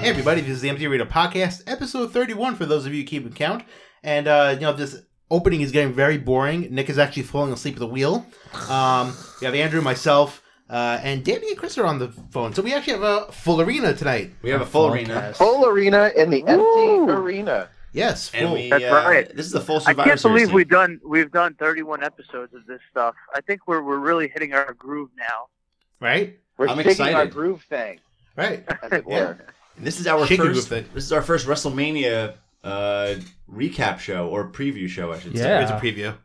Hey everybody, this is the Empty Arena Podcast, episode 31 for those of you keeping count. And, uh, you know, this opening is getting very boring. Nick is actually falling asleep at the wheel. Um, we have Andrew, myself, uh, and Danny and Chris are on the phone. So we actually have a full arena tonight. We have a full arena. full arena in the Woo! empty arena. Yes, And full. we, That's uh, right. This is the full I Survivor can't believe Series we've thing. done we've done 31 episodes of this stuff. I think we're we're really hitting our groove now. right? We're I'm shaking our excited. groove thing, Right. as it Yeah. were. And This is our Shaking first. group thing. This is our first WrestleMania uh, recap show or preview show, I should say. Yeah. It's a preview.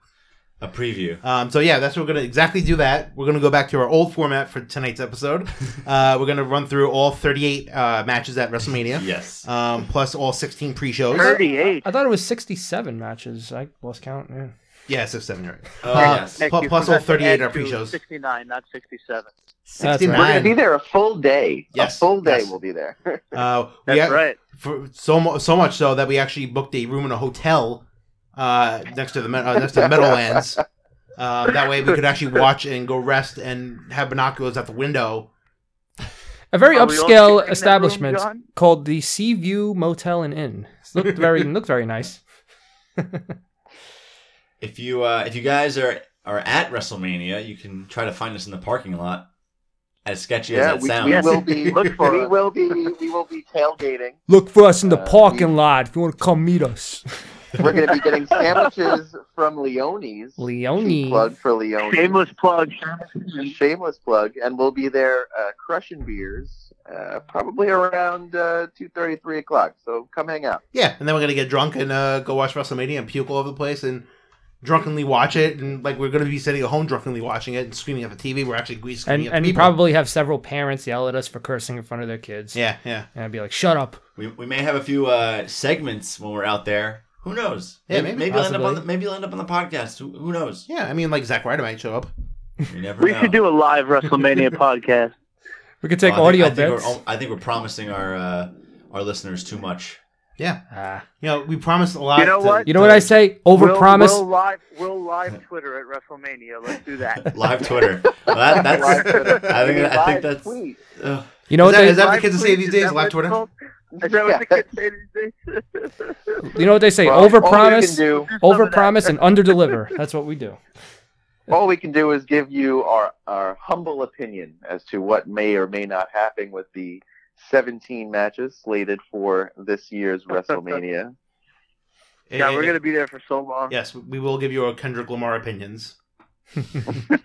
A preview. Um, so yeah, that's what we're gonna exactly do. That we're gonna go back to our old format for tonight's episode. Uh, we're gonna run through all 38 uh, matches at WrestleMania, Yes. um, plus all 16 pre-shows. 38. I thought it was 67 matches. I lost count. Yeah. Yeah, so seven, right? Oh, uh, yes. Heck, Plus- you plus forgot all to 38 add are to pre-shows. 69, not 67. That's 69. We're right. going to be there a full day. Yes, A full day yes. we'll be there. Uh, we That's ac- right. For so mu- so much so that we actually booked a room in a hotel uh, next to the Me- uh, next to the Meadowlands. Uh, that way, we could actually watch and go rest and have binoculars out the window. A very Are we all sitting in that upscale room, establishment John? called the Sea View Motel and Inn. It looked very looked very nice. If you uh, if you guys are are at WrestleMania, you can try to find us in the parking lot. As sketchy yeah, as that we, sounds. we will be. Look for we us. will be. We will be tailgating. Look for us in the Uh, parking we- lot if you want to come meet us. We're going to be getting sandwiches from Leone's. Leone. Plug for Leone. Shameless plug. Shameless plug, and we'll be there uh, crushing beers, uh, probably around uh, two thirty, three o'clock. So come hang out. Yeah, and then we're gonna get drunk and uh, go watch WrestleMania and puke all over the place and drunkenly watch it. And like we're gonna be sitting at home drunkenly watching it and screaming at the TV. We're actually gre- And screaming at and the we people. probably have several parents yell at us for cursing in front of their kids. yeah, yeah, And I'd be like, shut up. We, we may have a few uh, segments when we're out there. Who knows? Yeah, maybe maybe. maybe you'll end up on Possibly. the, maybe you'll end up on the podcast. Who, who knows? yeah. I mean, like Zack Ryder might show up. You never We know. should do a live WrestleMania podcast. We could take Well, Oh, I think- audio I think, bits. We're, I think we're promising our uh, our listeners too much. Ah. You know, we promised a lot. You know to- what? you know what I say? Over promise. We'll, we'll live, we'll live Twitter at WrestleMania. Let's do that. Live Twitter. Well, that, Live that's. Twitter. I think. I think Live that's. tweet. ugh. you know Is what that- they is that what the Live kids say tweet, these is days? that Live what Twitter? it's called? Is that what the kids say these days? you know what they say? Well, all we Over can promise. do- Over promise and under deliver. That's what we do. all we can do is give you our, our humble opinion as to what may or may not happen with the 17 matches slated for this year's WrestleMania. Yeah, we're gonna be there for so long. Yes, we will give you our Kendrick Lamar opinions. All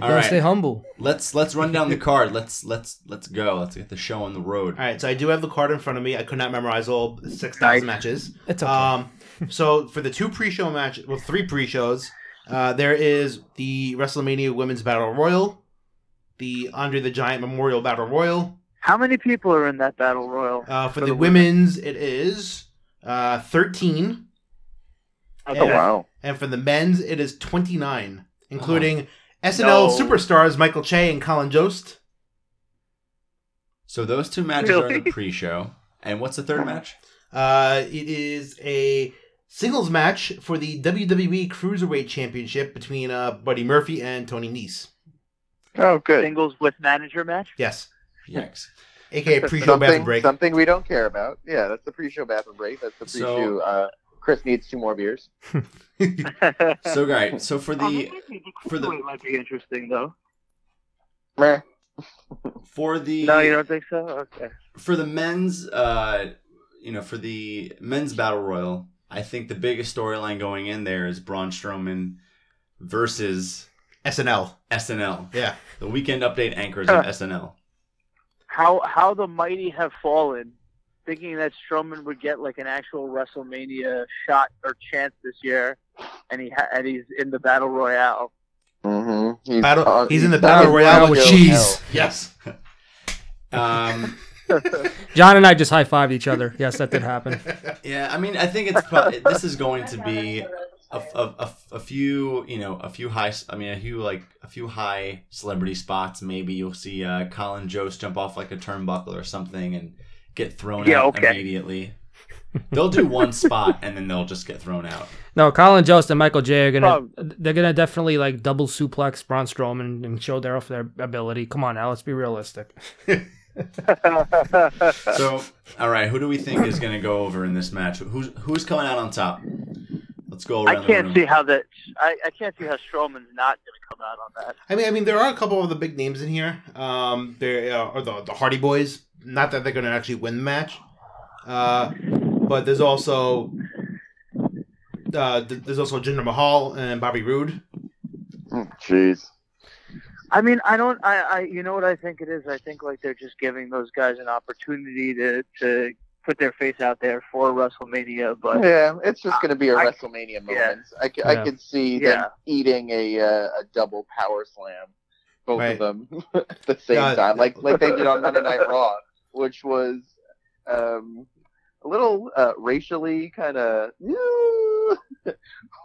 Gotta Stay right. humble. Let's let's run down the card. Let's let's let's go. Let's get the show on the road. All right, so I do have the card in front of me. I could not memorize all six thousand matches. It's okay. Um, so for the two pre-show matches, well, three pre-shows, uh, there is the WrestleMania Women's Battle Royal, the Andre the Giant Memorial Battle Royal. How many people are in that battle royal? Uh, for, For the, the women's, it is uh, thirteen, Oh, wow. and for the men's, it is twenty-nine, including SNL No. superstars Michael Che and Colin Jost. So those two matches are in the Really? pre-show. And what's the third match? Uh, it is a singles match for the WWE Cruiserweight Championship between uh, Buddy Murphy and Tony Nese. Oh, good. Singles with manager match? Yes, Yikes. aka pre-show bathroom Something, break. something we don't care about. Yeah, that's the pre-show bathroom break. That's the So- pre-show. Uh, Chris needs two more beers. So right. So for Oh, the for the- might be interesting though. Meh. for the No, you don't think so? Okay. for the men's uh you know for the men's battle royal i think the biggest storyline going in there is braun strowman versus SNL. snl Yeah. the weekend update anchors of snl How how the mighty have fallen, thinking that Strowman would get like an actual WrestleMania shot or chance this year, and he ha- and he's in the battle royale. Mhm. He's, Battle- on- he's in the on battle his royale with downhill cheese. Yes. um John and I just high fived each other. Yes, that did happen. yeah i mean i think it's pro- this is going to be a, a, a, a few you know a few high i mean a few like a few high celebrity spots maybe you'll see uh colin jost jump off like a turnbuckle or something and get thrown Yeah, out okay. immediately they'll do one spot and then they'll just get thrown out No, Colin Jost and Michael J are gonna Oh. they're gonna definitely like double suplex Braun Strowman and show their their ability. Come on now, let's be realistic. Uh. So, all right, who do we think is going to go over in this match? Who's who's coming out on top? Let's go around I can't the see room. how that. I, I can't see how Strowman's not going to come out on that. I mean, I mean, there are a couple of the big names in here. Um, there uh, are the the Hardy Boys. Not that they're going to actually win the match, uh, but there's also uh, th- there's also Jinder Mahal and Bobby Roode. Mm, Jeez. I mean, I don't. I, I. You know what I think it is. I think like they're just giving those guys an opportunity to to put their face out there for WrestleMania. But Yeah, it's just going to be a I- WrestleMania moment. I, c- Yeah. I could see them Yeah. eating a uh, a double power slam, both Right. of them at the same Yeah. time, like like they did on Monday Night Raw, which was um, a little uh, racially kind of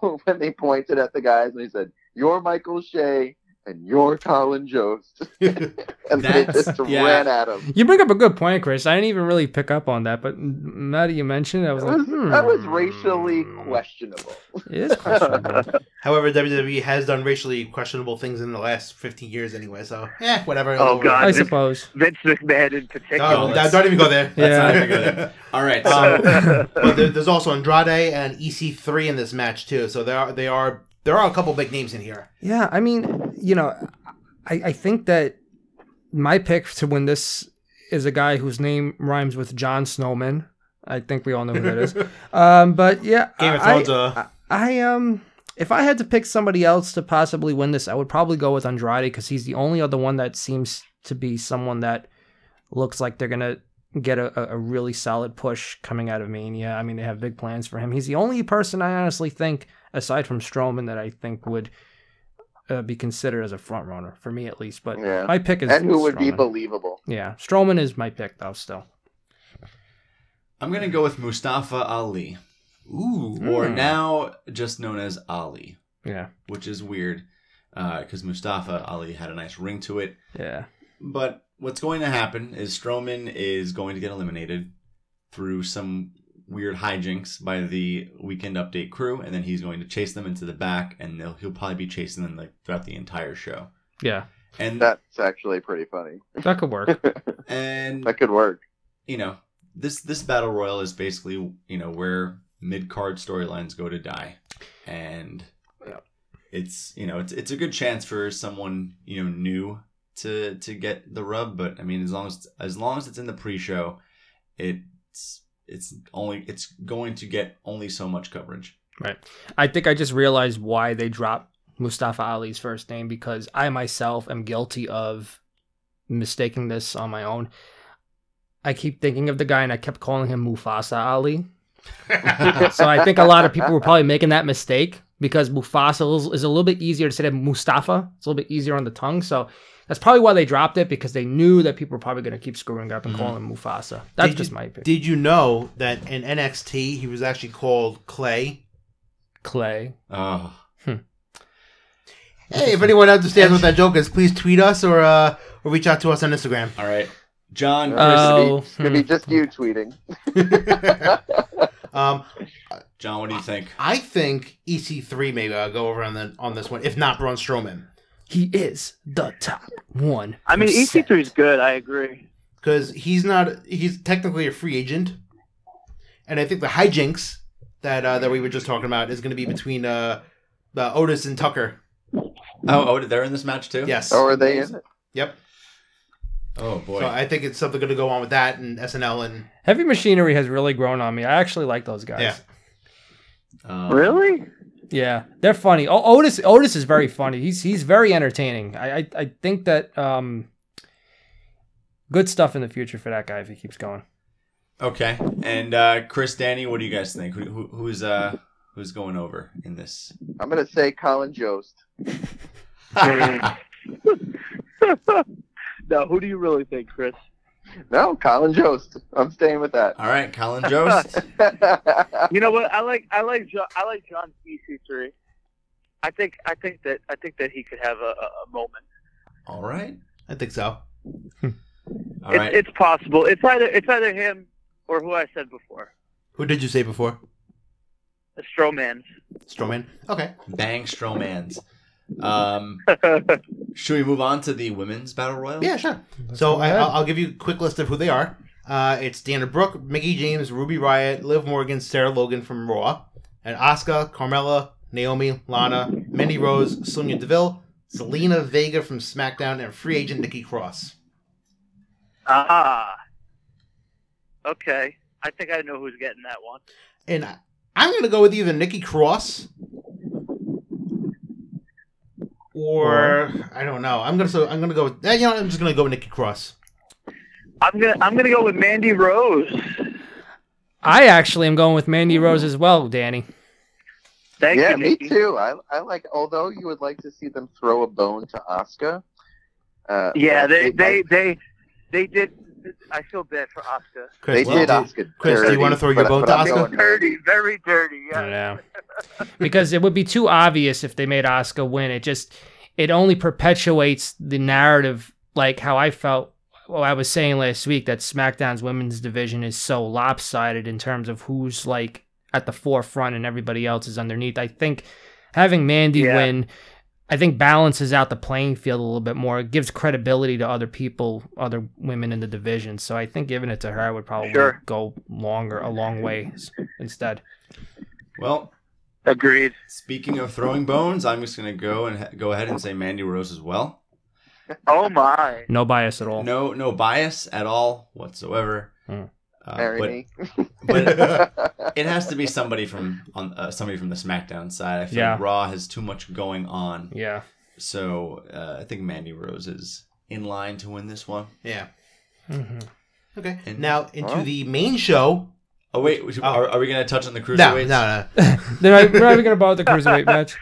when they pointed at the guys and they said, "You're Michael Shea." And you're Colin Jost, and they That's- just yeah. ran at him. You bring up a good point, Chris. I didn't even really pick up on that, but n- now that you mentioned it, I was That like, was, that was hmm. racially questionable. It is questionable. However, WWE has done racially questionable things in the last 15 years anyway. So yeah, whatever. Oh, God. I suppose. Vince McMahon in particular. No, Oh, no, don't even go there. Yeah. not even go there. All right, Uh, so Um, but there, there's also Andrade and EC3 in this match too. So there are they are there are a couple big names in here. Yeah, I mean, you know, I, I think that my pick to win this is a guy whose name rhymes with John Snowman. I think we all know who that Oh, is. Um, but yeah, Game of I- Thrones. uh, I, I um, if I had to pick somebody else to possibly win this, I would probably go with Andrade because he's the only other one that seems to be someone that looks like they're gonna get a, a- a really solid push coming out of Mania. I mean, they have big plans for him. He's the only person I honestly think, aside from Strowman, that I think would uh, be considered as a front runner for me at least. But Yeah. my pick is and who would be Strowman. believable? yeah, Strowman is my pick though. Still, I'm going to go with Mustafa Ali, ooh. or Hmm. now just known as Ali, yeah, which is weird because Mustafa Ali had a nice ring to it. yeah, But what's going to happen is Strowman is going to get eliminated through some weird hijinks by the Weekend Update crew, and then he's going to chase them into the back, and they'll, he'll probably be chasing them like throughout the entire show. yeah. And That's actually pretty funny. That could work. and That could work. you know this this battle royal is basically you know where mid card storylines go to die, and Yeah. it's you know it's it's a good chance for someone you know new to to get the rub. But I mean, as long as as long as it's in the pre show, it's it's only it's going to get only so much coverage. Right. I think I just realized why they dropped Mustafa Ali's first name because I myself am guilty of mistaking this on my own. I keep thinking of the guy and I kept calling him Mufasa Ali. uh. So I think a lot of people were probably making that mistake because Mufasa is, is a little bit easier to say than Mustafa. It's a little bit easier on the tongue. So that's probably why they dropped it because they knew that people were probably going to keep screwing up and calling him Mufasa. That's Did just you- my opinion. Did you know that in NXT he was actually called Clay? Clay. Oh, Hey, if anyone understands what that joke is, please tweet us or uh, or reach out to us on Instagram. all right, John. Chris, Uh, It's gonna be- Oh, it's gonna be hmm. just you tweeting. um, John, what do you think? I think E EC3 may uh, go over on the on this one, if not Braun Strowman, He is the top one. I mean, E EC3 is good. I agree. because he's not he's technically a free agent, and I think the hijinks that uh, that we were just talking about is going to be between uh, uh, Otis and Tucker. Oh, oh, they're in this match too. Yes. Or Oh, are they in it? Yep. Oh boy. So I think it's something going to go on with that and SNL and Heavy Machinery has really grown on me. I actually like those guys. Yeah. Um, Really? Yeah, they're funny. O- Otis Otis is very funny. He's he's very entertaining. I I, I think that um, good stuff in the future for that guy if he keeps going. Okay, and uh, Chris, Danny, what do you guys think? Who, who, who's uh, who's going over in this? I'm gonna say Colin Jost. no. Who do you really think, Chris? No, Colin Jost. I'm staying with that. All right, Colin Jost. You know what? I like. I like. Jo- I like John EC3. I think. I think that. I think that he could have a, a a moment. All right, I think so. all it's, right. it's possible. It's either. It's either him or who I said before, Who did you say before? the Strowman. Strowman. Okay. Bang Strowman's. Um, should we move on to the women's battle royal? Yeah, sure. Let's So go I, ahead. I'll I'll give you a quick list of who they are. Uh, it's Dana Brooke, Mickey James, Ruby Riot, Liv Morgan, Sarah Logan from Raw, and Asuka, Carmella, Naomi, Lana, Mandy Rose, Sonya Deville, Zelina Vega from SmackDown, and free agent Nikki Cross. Ah. Okay. I think I know who's getting that one. And I, I'm going to go with either Nikki Cross or I don't know. I'm going to so I'm going to go with eh, you know what, I'm just going to go with Nikki Cross. I'm gonna I'm gonna go with Mandy Rose. I actually am going with Mandy Rose as well, Danny. Thank yeah, you. me Nikki. too. I, I like. Although you would like to see them throw a bone to Oscar. Uh, Yeah, they it they might- they they did. I feel bad for Oscar. Chris, they well, did do- Oscar. Chris, do you wanna throw your bone to Asuka? Dirty, very dirty. I Yeah. know. because it would be too obvious if they made Oscar win. It just it only perpetuates the narrative like how I felt well, I was saying last week that SmackDown's women's division is so lopsided in terms of who's like at the forefront and everybody else is underneath. I think having Mandy Yeah. win I think balances out the playing field a little bit more. It gives credibility to other people, other women in the division. So I think giving it to her would probably Sure. go longer, a long way s- instead. Well, Agreed. speaking of throwing bones, I'm just gonna go and ha- go ahead and say Mandy Rose as well. Oh my. No bias at all. No, no bias at all whatsoever. Hmm. Uh, Marry but, me. but it has to be somebody from on uh, somebody from the SmackDown side. I feel Yeah. like Raw has too much going on, Yeah. so uh, I think Mandy Rose is in line to win this one. Yeah. Mhm. Okay. And- now into Well. the main show. Oh wait, we- are, are we gonna touch on the No, cruiserweights? no, no. They're not, we're not even going to bother the cruiserweight match.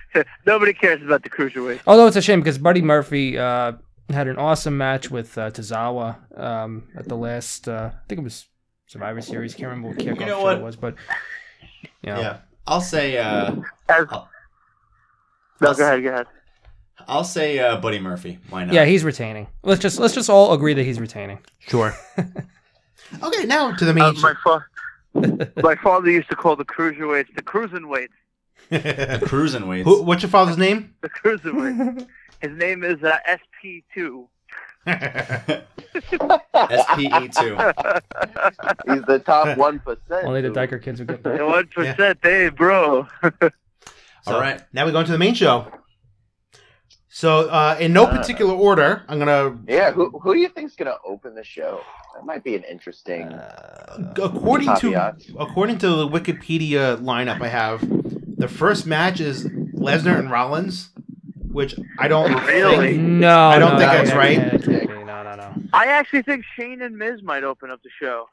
Nobody cares about the cruiserweight. Although it's a shame because Buddy Murphy uh, had an awesome match with uh, Tozawa um, at the last. Uh, I think it was Survivor Series. Can't remember what kickoff know show what? it was, but Yeah. yeah. I'll say uh, As- I'll- No, go ahead, go ahead. I'll say uh, Buddy Murphy. Why not? Yeah, he's retaining. Let's just let's just all agree that he's retaining. Sure. okay, now to the main Uh, show. my, fa- my father used to call the cruiserweights the cruisenweights. the cruiserweights. Who, what's your father's name? The cruiserweight. His name is uh, SP2. SPE E two. He's the top one percent. Only the Diker kids would get The that. one percent, hey bro. All right. Now we go into the main show. So, uh, in no Uh. particular order, I'm gonna. Yeah, who who do you think's gonna open the show? That might be an interesting. uh, according to caveat. according to the Wikipedia lineup I have, the first match is Lesnar and Rollins, which I don't think- Really? No, I don't no, think no, that's no, right. no, no, no, no, no, no. I actually think Shane and Miz might open up the show.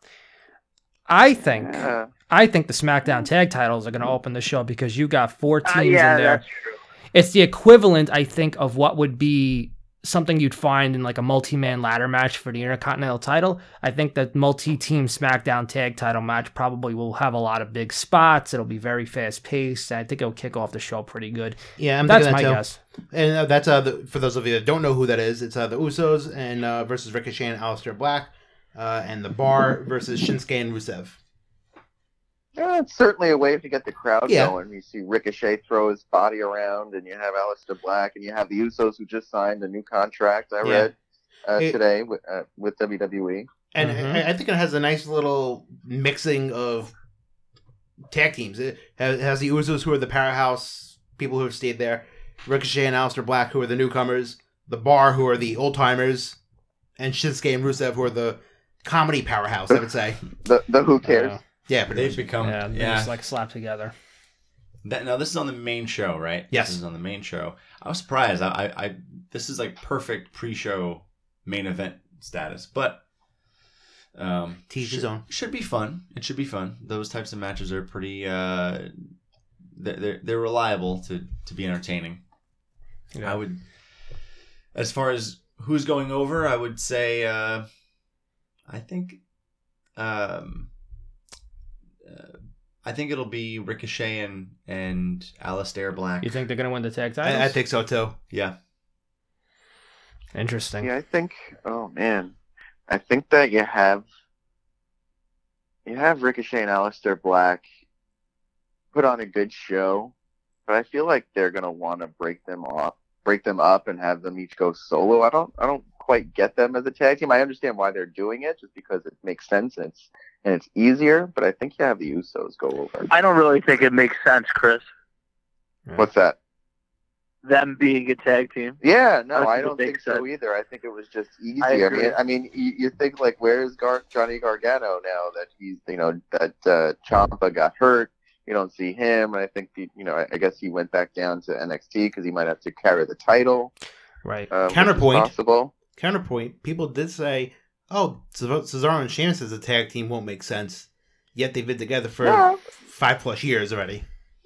I think Uh, I think the SmackDown tag titles are going to open the show because you got four teams uh, yeah, in there. that's true. It's the equivalent, I think, of what would be something you'd find in like a multi-man ladder match for the Intercontinental title. I think that multi-team SmackDown tag title match probably will have a lot of big spots. It'll be very fast-paced, and I think it'll kick off the show pretty good. Yeah, I'm That's thinking my that too. guess. And uh, that's uh, the, for those of you that don't know who that is, it's uh, the Usos and uh, versus Ricochet and Aleister Black, uh, and the Bar versus Shinsuke and Rusev. Yeah, it's certainly a way to get the crowd Yeah. going. You see Ricochet throw his body around, and you have Alistair Black, and you have the Usos who just signed a new contract. I Yeah. read uh, It- today with, uh, with E. WWE. and Mhm. I, I think it has a nice little mixing of tag teams. It has, it has the Usos, who are the powerhouse people who have stayed there, Ricochet and Aleister Black, who are the newcomers, the Bar, who are the old timers, and Shinsuke and Rusev, who are the comedy powerhouse. I would say, The the Who cares? Yeah, yeah, pretty They've much. become yeah. they just like slap together. That, now this is on the main show, right? Yes. this is on the main show. I was surprised. I, I, I this is like perfect pre-show main event status, but um, Teach his should- own. Should be fun. It should be fun. Those types of matches are pretty. Uh, they're they're, they're reliable to to be entertaining. Yeah. I would, as far as who's going over, I would say, uh, I think, um, uh, I think it'll be Ricochet and and Alistair Black. You think they're going to win the tag titles? I, I think so too. Yeah, Interesting. Yeah, I think. Oh man, I think that you have you have Ricochet and Aleister Black put on a good show, but I feel like they're gonna want to break them off break them up and have them each go solo. I don't I don't quite get them as a tag team. I understand why they're doing it just because it makes sense and it's and it's easier, but I think you have the Usos go over. I don't really think it makes sense, Chris. What's that? Them being a tag team. Yeah, no, That's I what don't they think said. so either. I think it was just easy. I I, agree. mean, I mean, you, you think like, where is Gar- Johnny Gargano now that he's, you know, that uh, Champa got hurt? You don't see him, and I think the, you know, I, I guess he went back down to NXT because he might have to carry the title. Right. Uh, which is Counterpoint. possible. Counterpoint: People did say, "Oh, Cesaro Cesaro and Sheamus as a tag team won't make sense," yet they've been together for Yeah. five plus years already.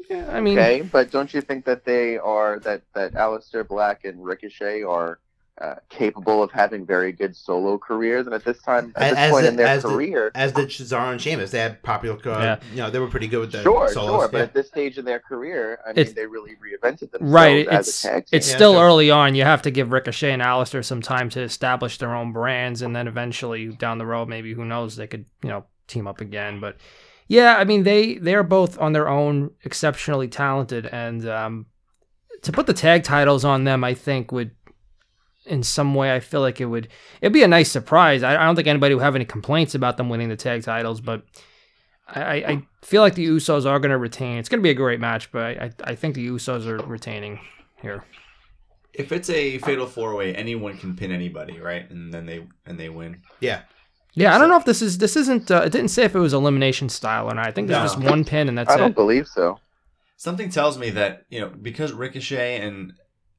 Yeah, I mean, Okay, but don't you think that they are that that Aleister Black and Ricochet are uh, capable of having very good solo careers, and at this time, at As- this as point the- in their as the- career, As did Cesaro and Sheamus. They had popular, uh, Yeah. you know, they were pretty good with the sure, solos. sure, but yeah. at this stage in their career, I mean, It's- they really reinvented themselves right. as it's a tag team. it's Yeah, still sure. early on. You have to give Ricochet and Alistair some time to establish their own brands, and then eventually down the road, maybe who knows, they could you know team up again. But yeah, I mean they they're both on their own exceptionally talented, and um, to put the tag titles on them, I think would in some way I feel like it would it'd be a nice surprise. I, I don't think anybody would have any complaints about them winning the tag titles, but I, I, I feel like the Usos are going to retain. It's going to be a great match, but I, I I think the Usos are retaining here. If it's a fatal four way, anyone can pin anybody, right? And then they and they win. Yeah, I don't know if this is this isn't. Uh, it didn't say if it was elimination style or not. I think there's No. just one pin and that's I don't it. believe so. Something tells me that you know because Ricochet and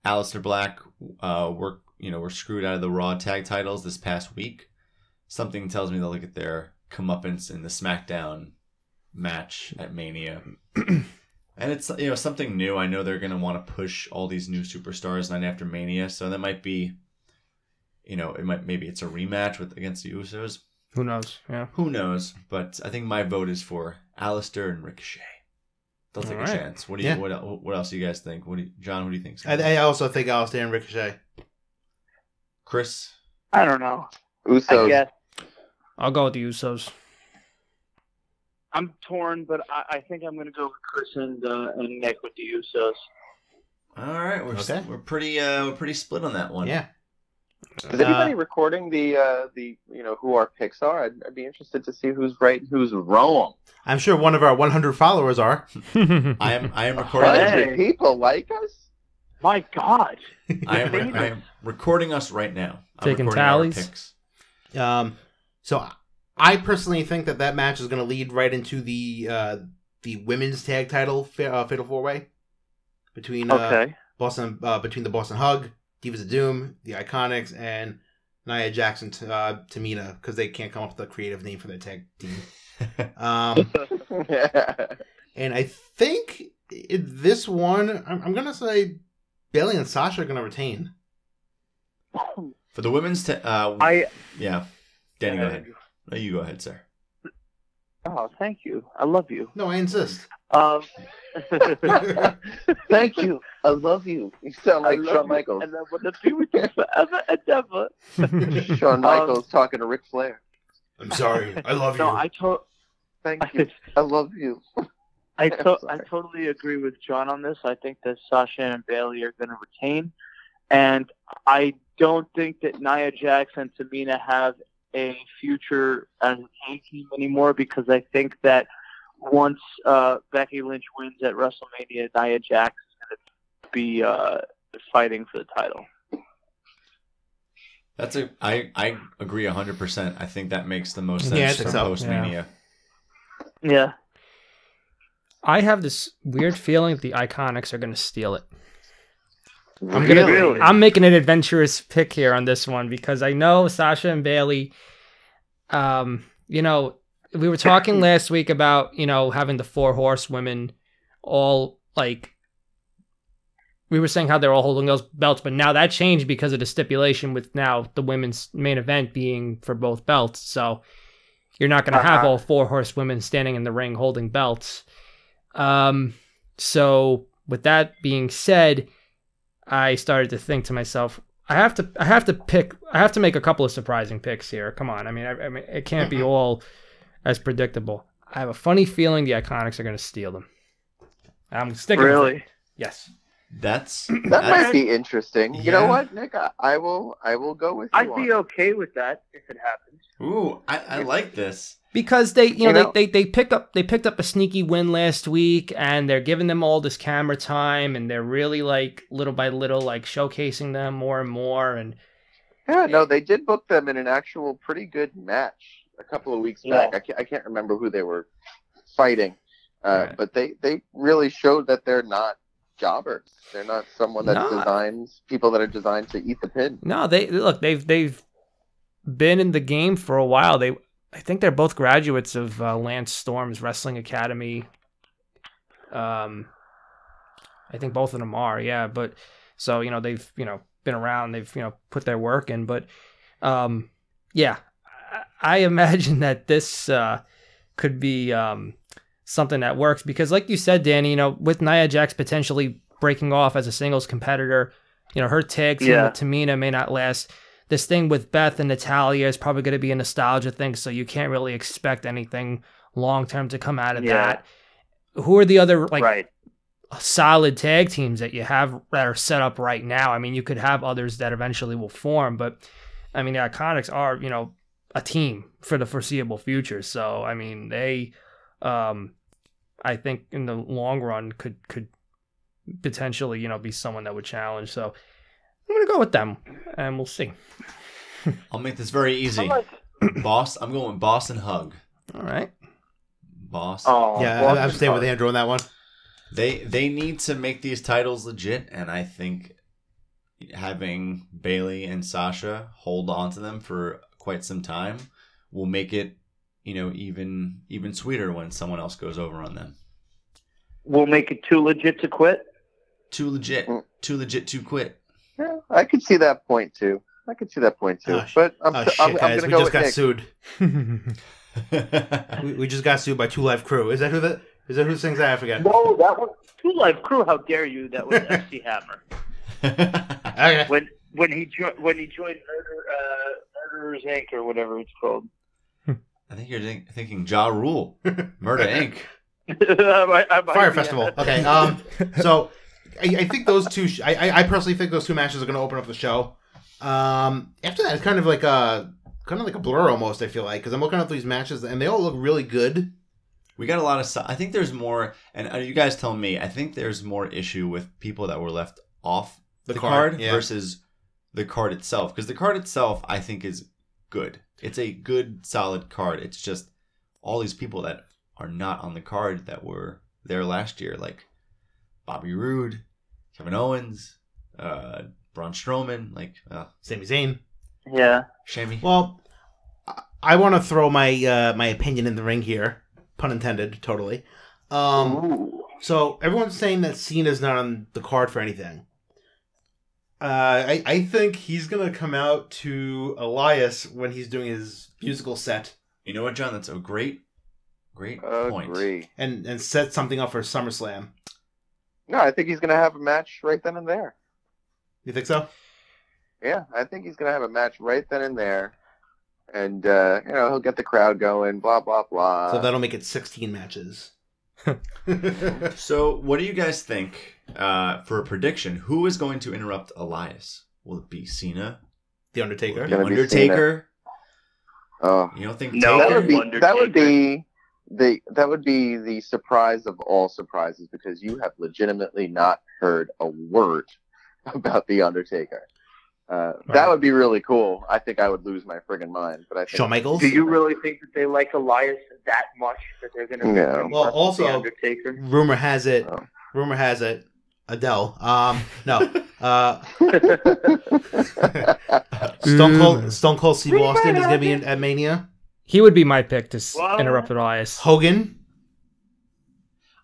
Aleister Black uh, were you know were screwed out of the Raw tag titles this past week. Something tells me they'll get their comeuppance in the SmackDown match at Mania, and it's you know something new. I know they're gonna want to push all these new superstars night after Mania, so that might be, you know, it might maybe it's a rematch with against the Usos. Who knows? Yeah. Who knows? But I think my vote is for Alistair and Ricochet. They'll take All a right. chance. What do you? Yeah. What, el- what else do you guys think? What do you, John? Who do you think? I, I also think Alistair and Ricochet. Chris. I don't know. I Usos, guess I'll go with the Usos. I'm torn, but I, I think I'm going to go with Chris and uh, and Nick with the Usos. All right, we're Okay. we're pretty uh we're pretty split on that one. Yeah, is anybody recording the uh, the you know who our picks are? I'd, I'd be interested to see who's right and who's wrong. I'm sure one of our 100 followers are. I am I am recording. Hey. Hundred people like us. My God, I am I am recording us right now. I'm Taking recording our tallies? picks. Um, so I personally think that that match is going to lead right into the uh, the women's tag title fa- uh, fatal four way between uh, okay, Boston uh, between the Boston Hug, Divas of Doom, the Iconics, and Nia Jackson t- uh, Tamina because they can't come up with a creative name for their tag team. Um, and I think i- this one, I'm, I'm gonna say Bailey and Sasha are gonna retain. For the women's, ta- uh, I yeah, Danny, go ahead. No, you go ahead, sir. Oh, thank you. I love you. No, I insist. Um, Thank you. I love you. You sound I like love Shawn you, Michaels. and I want to be with you forever and ever. Shawn Um, Michaels talking to Ric Flair. I'm sorry. I love No, I to- Thank you. I, I love you. I, to- I Sorry. totally agree with John on this. I think that Sasha and Bailey are going to retain, and I don't think that Nia Jax and Tamina have a future as a tag team anymore because I think that once uh, Becky Lynch wins at WrestleMania, Nia Jax is going to be uh, fighting for the title. That's a I I agree hundred percent. I think that makes the most sense Yeah, I for think so. post mania. Yeah. I have this weird feeling that the Iconics are going to steal it. I'm gonna- Really? I'm making an adventurous pick here on this one because I know Sasha and Bailey. Um, you know, we were talking last week about you know having the four horsewomen all like. We were saying how they're all holding those belts, but now that changed because of the stipulation with now the women's main event being for both belts. So you're not going to have Uh-huh. all four horsewomen standing in the ring holding belts. Um, so with that being said, I started to think to myself, I have to, I have to pick, I have to make a couple of surprising picks here. Come on, I mean, I, I mean, it can't be all as predictable. I have a funny feeling the Iconics are going to steal them. I'm sticking. with it. Really? Yes. That's That that's- might be interesting. You know Yeah. what, Nick? I, I will. I will go with you. I'd be okay with that if it happened. Ooh, I, I like this. because they you know, You know- they, they they pick up they picked up a sneaky win last week and they're giving them all this camera time and they're really like little by little like showcasing them more and more and Yeah, no, they did book them in an actual pretty good match a couple of weeks Yeah. back. I can't, I can't remember who they were fighting, uh, Right. but they they really showed that they're not jobbers. They're not someone that No. designs people that are designed to eat the pin. no they look they've they've been in the game for a while they I think they're both graduates of uh, Lance Storm's Wrestling Academy um I think both of them are yeah but so you know they've you know been around they've you know put their work in but um yeah I, I imagine that this uh could be um something that works because like you said Danny you know with Nia Jax potentially breaking off as a singles competitor you know her tag team Yeah. with Tamina may not last this thing with Beth and Natalia is probably going to be a nostalgia thing so you can't really expect anything long term to come out of Yeah. that who are the other like right. solid tag teams that you have that are set up right now. I mean, you could have others that eventually will form, but I mean, the Iconics are, you know, a team for the foreseeable future. So, I mean, they um I think in the long run could could potentially, you know, be someone that would challenge. So, I'm going to go with them and we'll see. I'll make this very I'm easy. like, Boss, I'm going with Boss and Hug. All right. Boss. oh, yeah, well, I, I'm staying with Andrew on that one. They they need to make these titles legit, and I think having Bailey and Sasha hold on to them for quite some time will make it, you know, even even sweeter when someone else goes over on them. We'll make it too legit to quit. Too legit, too legit to quit. Yeah, I could see that point too. I could see that point too. Oh, sh- but I'm, oh t- shit, I'm, I'm guys, gonna we go just with got Nick. sued. yeah, We, we just got sued by Two Live Crew. Is that who that? Is that who sings that? I forget. Whoa, that was Two Live Crew. How dare you? That was MC Hammer. Okay. When when he jo- when he joined Murder, uh, Murderers Inc. or whatever it's called. I think you're think- thinking Ja Rule, Murder Inc. I might- I might Fire be- Festival. Okay. Um. So, I, I think those two. Sh- I, I- I personally think those two matches are going to open up the show. Um. After that, it's kind of like a kind of like a blur almost. I feel like because I'm looking at these matches and they all look really good. We got a lot of. si- I think there's more, and uh, you guys tell me. I think there's more issue with people that were left off the, card, yeah. versus the card itself, because the card itself, I think, is good. It's a good, solid card. It's just all these people that are not on the card that were there last year, like Bobby Roode, Kevin Owens, uh, Braun Strowman, like uh, Sami Zayn. Yeah. Shami. Well, I- I want to throw my uh, my opinion in the ring here, pun intended, totally. Um, Ooh. so everyone's saying that Cena's not on the card for anything. Uh, I I think he's gonna come out to Elias when he's doing his musical set You know what, John? That's a great, great point. Agree. and and set something up for SummerSlam. No, I think he's gonna have a match right then and there. You think so? Yeah, I think he's gonna have a match right then and there, and uh, you know he'll get the crowd going. Blah blah blah. Uh, so that'll make it sixteen matches. So, what do you guys think uh, for a prediction? Who is going to interrupt Elias? Will it be Cena? the Will it Undertaker. be Gonna be Undertaker? oh, You don't think Taker? No, that would be Undertaker. that would be the that would be the surprise of all surprises because you have legitimately not heard a word about the Undertaker. Uh, Right. That would be really cool. I think I would lose my friggin' mind, but I think Shawn Michaels. Do you really think that they like Elias that much that they're going to? No. Well, also- the Undertaker. Rumor has it. Oh. Rumor has it. Adele. Um, no. Uh, Stone Cold, Stone Cold Steve We Austin might is gonna be have in, at Mania. He would be my pick to s Well- interrupt Elias. Hogan,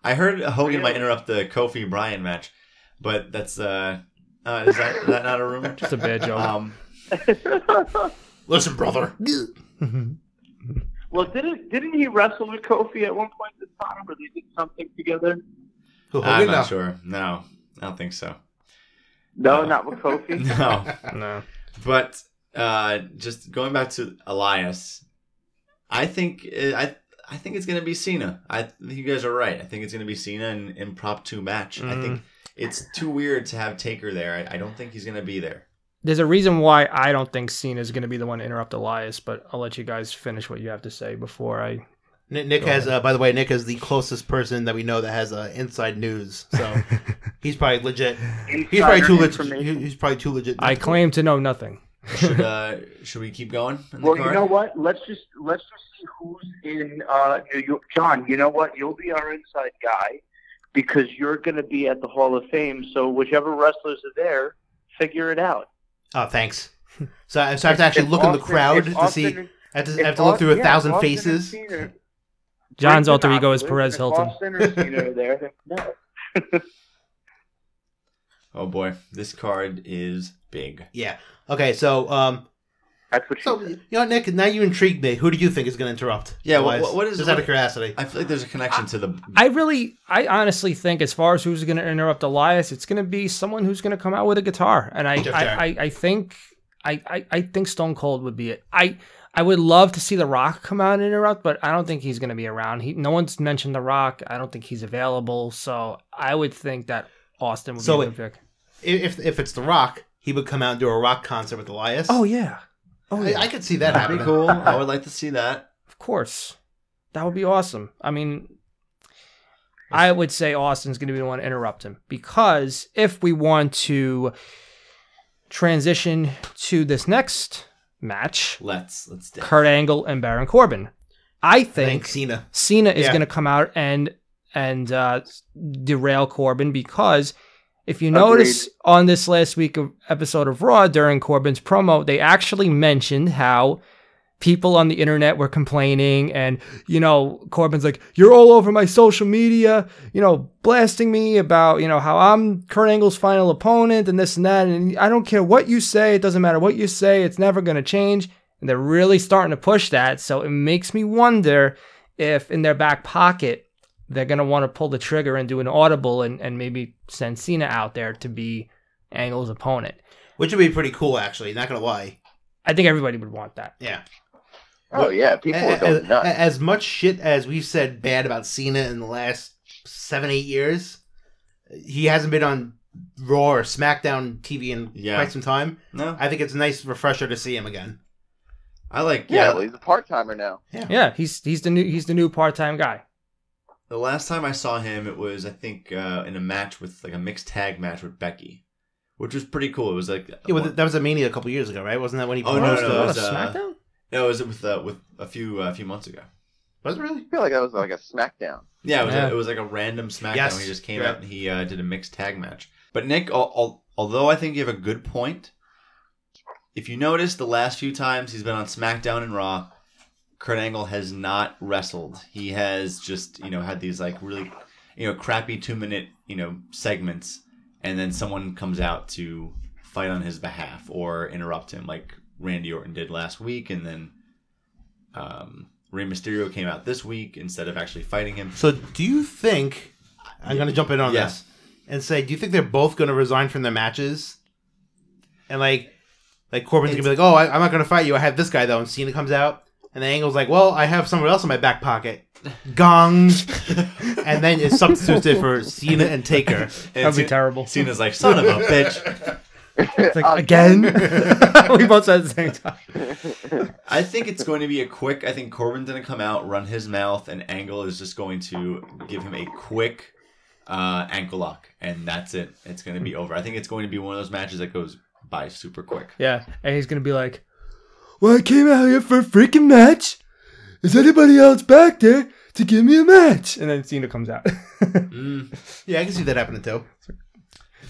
I heard Hogan Really? might interrupt the Kofi Bryan match, but that's uh, uh is, that, is that not a rumor? Just a bad joke. Um, listen, brother. well, didn't didn't he wrestle with Kofi at one point in time, or they did something together? Who Hogan? I'm not No. sure. No, I don't think so. No, No. not with Kofi. No, no. But uh, just going back to Elias, I think uh, I I think it's gonna be Cena. I think you guys are right. I think it's gonna be Cena in impromptu match. I think it's too weird to have Taker there. I, I don't think he's gonna be there. There's a reason why I don't think Cena is going to be the one to interrupt Elias, but I'll let you guys finish what you have to say before I. Nick, Nick Go has, uh, by the way, Nick is the closest person that we know that has uh, inside news. So he's probably legit. He's probably Insider too legit. information. he- He's probably too legit. I claim to know nothing. Should uh should we keep going? in the Well, you card? know what? Let's just let's just see who's in uh, New York. John, you know what? You'll be our inside guy because you're going to be at the Hall of Fame. So whichever wrestlers are there, figure it out. Oh, thanks. So, I- so I have to actually If look in the Austin- crowd if to Austin see. and- I have to, if I have to look through a Austin- yeah, thousand Austin and faces. Cena- John's Frank alter ego is Sinatra, Perez if Hilton. Austin or Cena are there, then no. Oh boy, this card is big. Yeah. Okay. So, um, That's what she so said. you know, Nick, now you intrigued me. Who do you think is going to interrupt? Yeah, what- Elias? what- what is- just out of what- curiosity? I feel like there's a connection to the I really, I honestly think, as far as who's going to interrupt Elias, it's going to be someone who's going to come out with a guitar, and I, Jeff Jarrett. I, I, I think, I, I, I think Stone Cold would be it. I, I would love to see The Rock come out and interrupt, but I don't think he's going to be around. He, no one's mentioned The Rock. I don't think he's available, so I would think that Austin would So be a it- good pick. If if it's The Rock, he would come out and do a rock concert with Elias. Oh yeah, oh yeah, I, I could see that That'd happening. Oh, be cool. I would like to see that. of course, that would be awesome. I mean, I would say Austin's going to be the one to interrupt him because if we want to transition to this next match, Let's let's do. it. Kurt Angle and Baron Corbin, I I think think Cena. Cena is Yeah. going to come out and and uh, derail Corbin because if you notice on this last week of episode of Raw during Corbin's promo, they actually mentioned how people on the internet were complaining and you know Corbin's like you're all over my social media you know blasting me about you know how I'm Kurt Angle's final opponent and this and that and I don't care what you say it doesn't matter what you say it's never going to change and they're really starting to push that so it makes me wonder if in their back pocket they're going to want to pull the trigger and do an audible and, and maybe send Cena out there to be Angle's opponent. Which would be pretty cool, actually. Not gonna lie. I think everybody would want that. Yeah. Oh yeah, people A- are a- going nuts. a- as much shit as we've said bad about Cena in the last seven, eight years, he hasn't been on Raw or SmackDown TV in Yeah. quite some time. No, I think it's a nice refresher to see him again. I like yeah. Yeah, well, he's a part timer now. Yeah, he's he's the new he's the new part-time guy. The last time I saw him, it was I think uh, in a match with like a mixed tag match with Becky, which was pretty cool. It was like Yeah, well, that was a Mania a couple years ago, right? Wasn't that when he? Oh, no, proposed no, to- no, Oh, it was, uh, SmackDown? no, it was with uh, with a few uh, a few months ago. Was it really? I feel like that was like a smackdown. Yeah, it was, Yeah. A, it was like a random SmackDown. Yes. He just came Yeah. out and he uh, did a mixed tag match. But Nick, al- al- although I think you have a good point, if you notice the last few times he's been on SmackDown and Raw, Kurt Angle has not wrestled. He has just you know had these like really you know crappy two minute you know segments, and then someone comes out to fight on his behalf or interrupt him, like Randy Orton did last week, and then. Um, Rey Mysterio came out this week instead of actually fighting him. So, do you think? I'm gonna jump in on Yeah. this and say, do you think they're both gonna resign from their matches? And like, like Corbin's gonna be like, "Oh, I, I'm not gonna fight you. I have this guy though." And Cena comes out, and then Angle's like, "Well, I have someone else in my back pocket." Gong, and then it substitutes it for Cena and Taker. And That'd be Cena- terrible. Cena's like, son of a bitch. It's like, again? we both said it at the same time. I think it's going to be a quick. I think Corbin's going to come out, run his mouth, and Angle is just going to give him a quick uh, ankle lock, and that's it. It's going to be over. I think it's going to be one of those matches that goes by super quick. Yeah, and he's going to be like, Well, I came out here for a freaking match. Is anybody else back there to give me a match? And then Cena comes out. Mm. Yeah, I can see that happening too.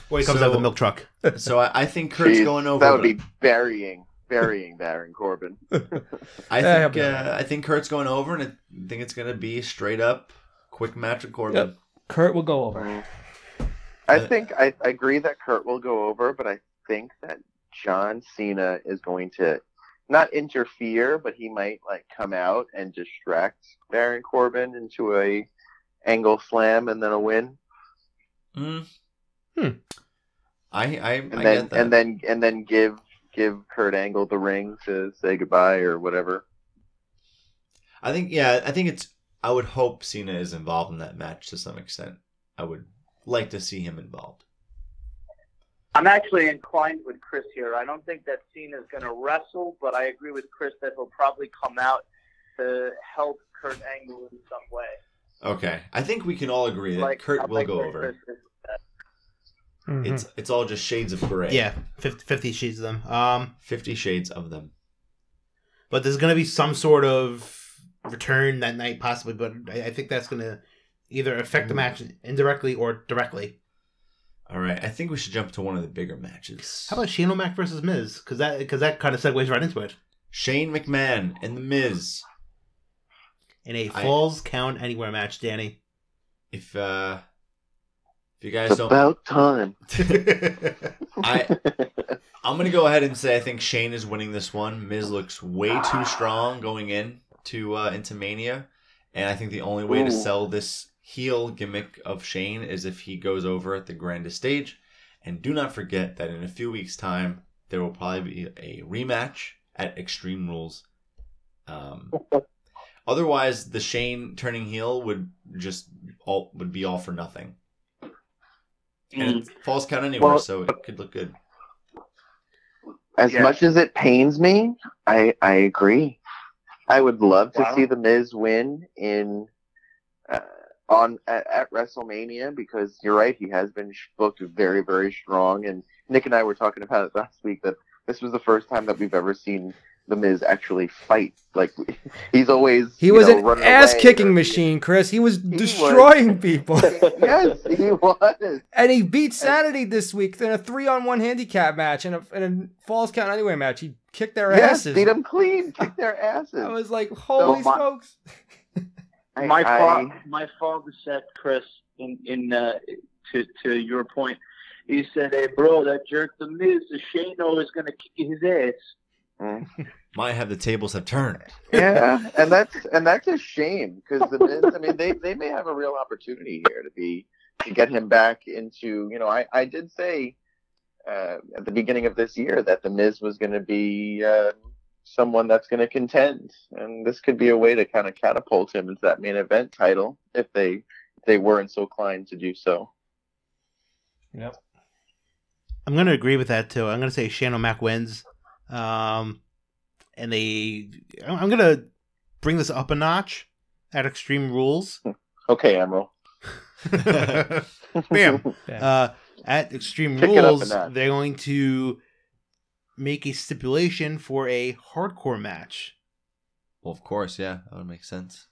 Or he comes So- out of the milk truck. So I, I think Kurt's Jeez, going over. That would but be burying, burying Baron Corbin. I Yeah, he'll think be uh, I think Kurt's going over, and I think it's going to be straight up quick match with Corbin. Kurt will go over. I think I, I agree that Kurt will go over, but I think that John Cena is going to not interfere, but he might like come out and distract Baron Corbin into a angle slam and then a win, Mm. Hmm. I I, and I then get that. and then and then give give Kurt Angle the ring to say goodbye or whatever. I think yeah, I think it's I would hope Cena is involved in that match to some extent. I would like to see him involved. I'm actually inclined with Chris here. I don't think that Cena's going to wrestle, but I agree with Chris that he'll probably come out to help Kurt Angle in some way. Okay, I think we can all agree that Like I Kurt will like go where over. Chris is. Mhm. It's it's all just shades of gray. Mm-hmm. Yeah, 50, 50 sheets of them. Um, Fifty shades of them. but there's gonna be some sort of return that night possibly but i, I think that's gonna either affect the match indirectly or directly All right, I think we should jump to one of the bigger matches. how about shane o'mac versus miz because that because that kind of segues right into it Shane McMahon and The Miz? in a I- falls count anywhere match danny If uh, if you guys It's don't, about time. I I'm gonna go ahead and say I think Shane is winning this one. Miz looks way too strong going in to uh, into Mania, and I think the only way to Ooh. sell this heel gimmick of Shane is if he goes over at the grandest stage. And do not forget that in a few weeks' time there will probably be a rematch at Extreme Rules. Um, otherwise, the Shane turning heel would just all would be all for nothing. Mm-hmm. And it falls count anywhere, Well- so it could look good. As Yeah. much as it pains me, I I agree. I would love to Wow. see the Miz win in uh, on at, at WrestleMania because you're right, he has been sh- booked very very strong. And Nick and I were talking about it last week that this was the first time that we've ever seen the Miz actually fight. Like he's always He you was know, an running ass away kicking or- machine, Chris. He was was. destroying people. yes, he was. and he beat Sanity this week in a three on one handicap match and a, and a falls count anywhere match. He kicked their Yes, asses. beat them clean, kick their asses. I was like, holy So my- smokes. I- my I- father, my father said, Chris, in in uh, to to your point, he said, "Hey, bro, that jerk, the Miz, the Shano is gonna kick his ass." Mm. might have the tables have turned. yeah, and that's and that's a shame because the Miz. I mean, they they may have a real opportunity here to be to get him back into. You know, I I did say uh, at the beginning of this year that the Miz was going to be uh, someone that's going to contend, and this could be a way to kind of catapult him into that main event title if they if they weren't so inclined to do so. i'm gonna agree with that too i'm gonna say shane o'mac wins um and they I'm- i'm gonna bring this up a notch at extreme rules Okay, Emerald. bam uh, at Extreme Kick it up Rules, a notch. they're going to make a stipulation for a hardcore match. Well, of course, yeah, that would make sense.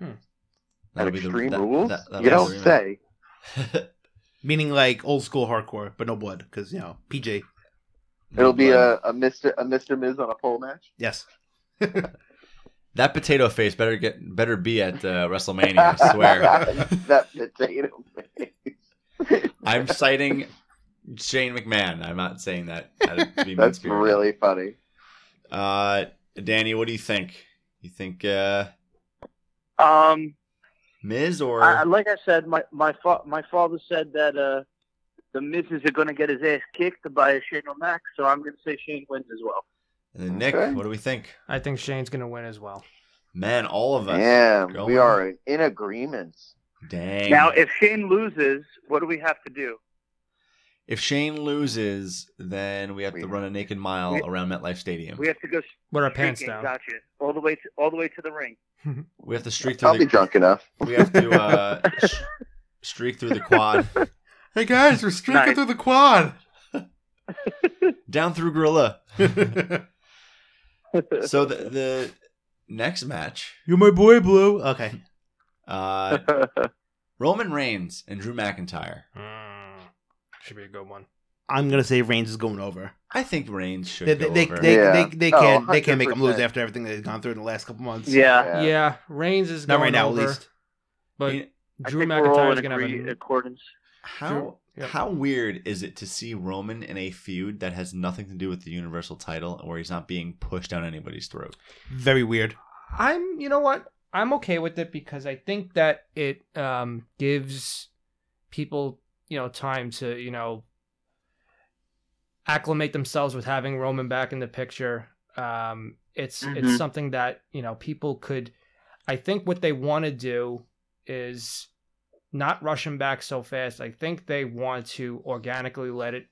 Hmm. At That'll be the- extreme that- rules, that- that'll you be don't the say. rematch. Meaning like old school hardcore, but no blood, because you know PJ. It'll be But a, a Mr. a Mr. Miz on a pole match. Yes, that potato face better get better be at uh, WrestleMania. I swear. that potato face. I'm citing Shane McMahon. I'm not saying that. out of being That's mean-spirited. really funny. Uh, Danny, what do you think? You think uh, Um, Miz or I, like I said, my my fa- my father said that uh, the Miz's are going to get his ass kicked by Shane O'Mac, so I'm going to say Shane wins as well. and then Nick? Okay. What do we think? I think Shane's going to win as well. Man, all of us. Damn, going. we are in agreement. Dang. Now, if Shane loses, what do we have to do? if Shane loses, then we have to We- run a naked mile we- around MetLife Stadium. We have to go With our pants streaking, down. gotcha, all the way to all the way to the ring. We have to streak through I'll be the drunk enough. we have to uh, s- streak through the quad, hey guys, we're streaking Nice. through the quad. down through Gorilla. so the, the next match, You're my boy, Blue. Okay, uh, Roman Reigns and Drew McIntyre. Mm. Should be a good one. I'm gonna say Reigns is going over. I think Reigns should They go they they, over. they, Yeah. they, they Oh, can't they can't make him 100%. lose after everything they've gone through in the last couple months. yeah, Yeah, Reigns is not going right now over, at least. But You- Drew I think we're all McIntyre's in going to have agree- a accordance. how Yep. how weird is it to see Roman in a feud that has nothing to do with the Universal title, where he's not being pushed down anybody's throat? Very weird. I'm you know what? I'm okay with it because I think that it um gives people, you know, time to, you know, acclimate themselves with having Roman back in the picture. Um it's Mhm. Mm-hmm. it's something that, you know, people could I think what they want to do is not rush him back so fast. I think they want to organically let it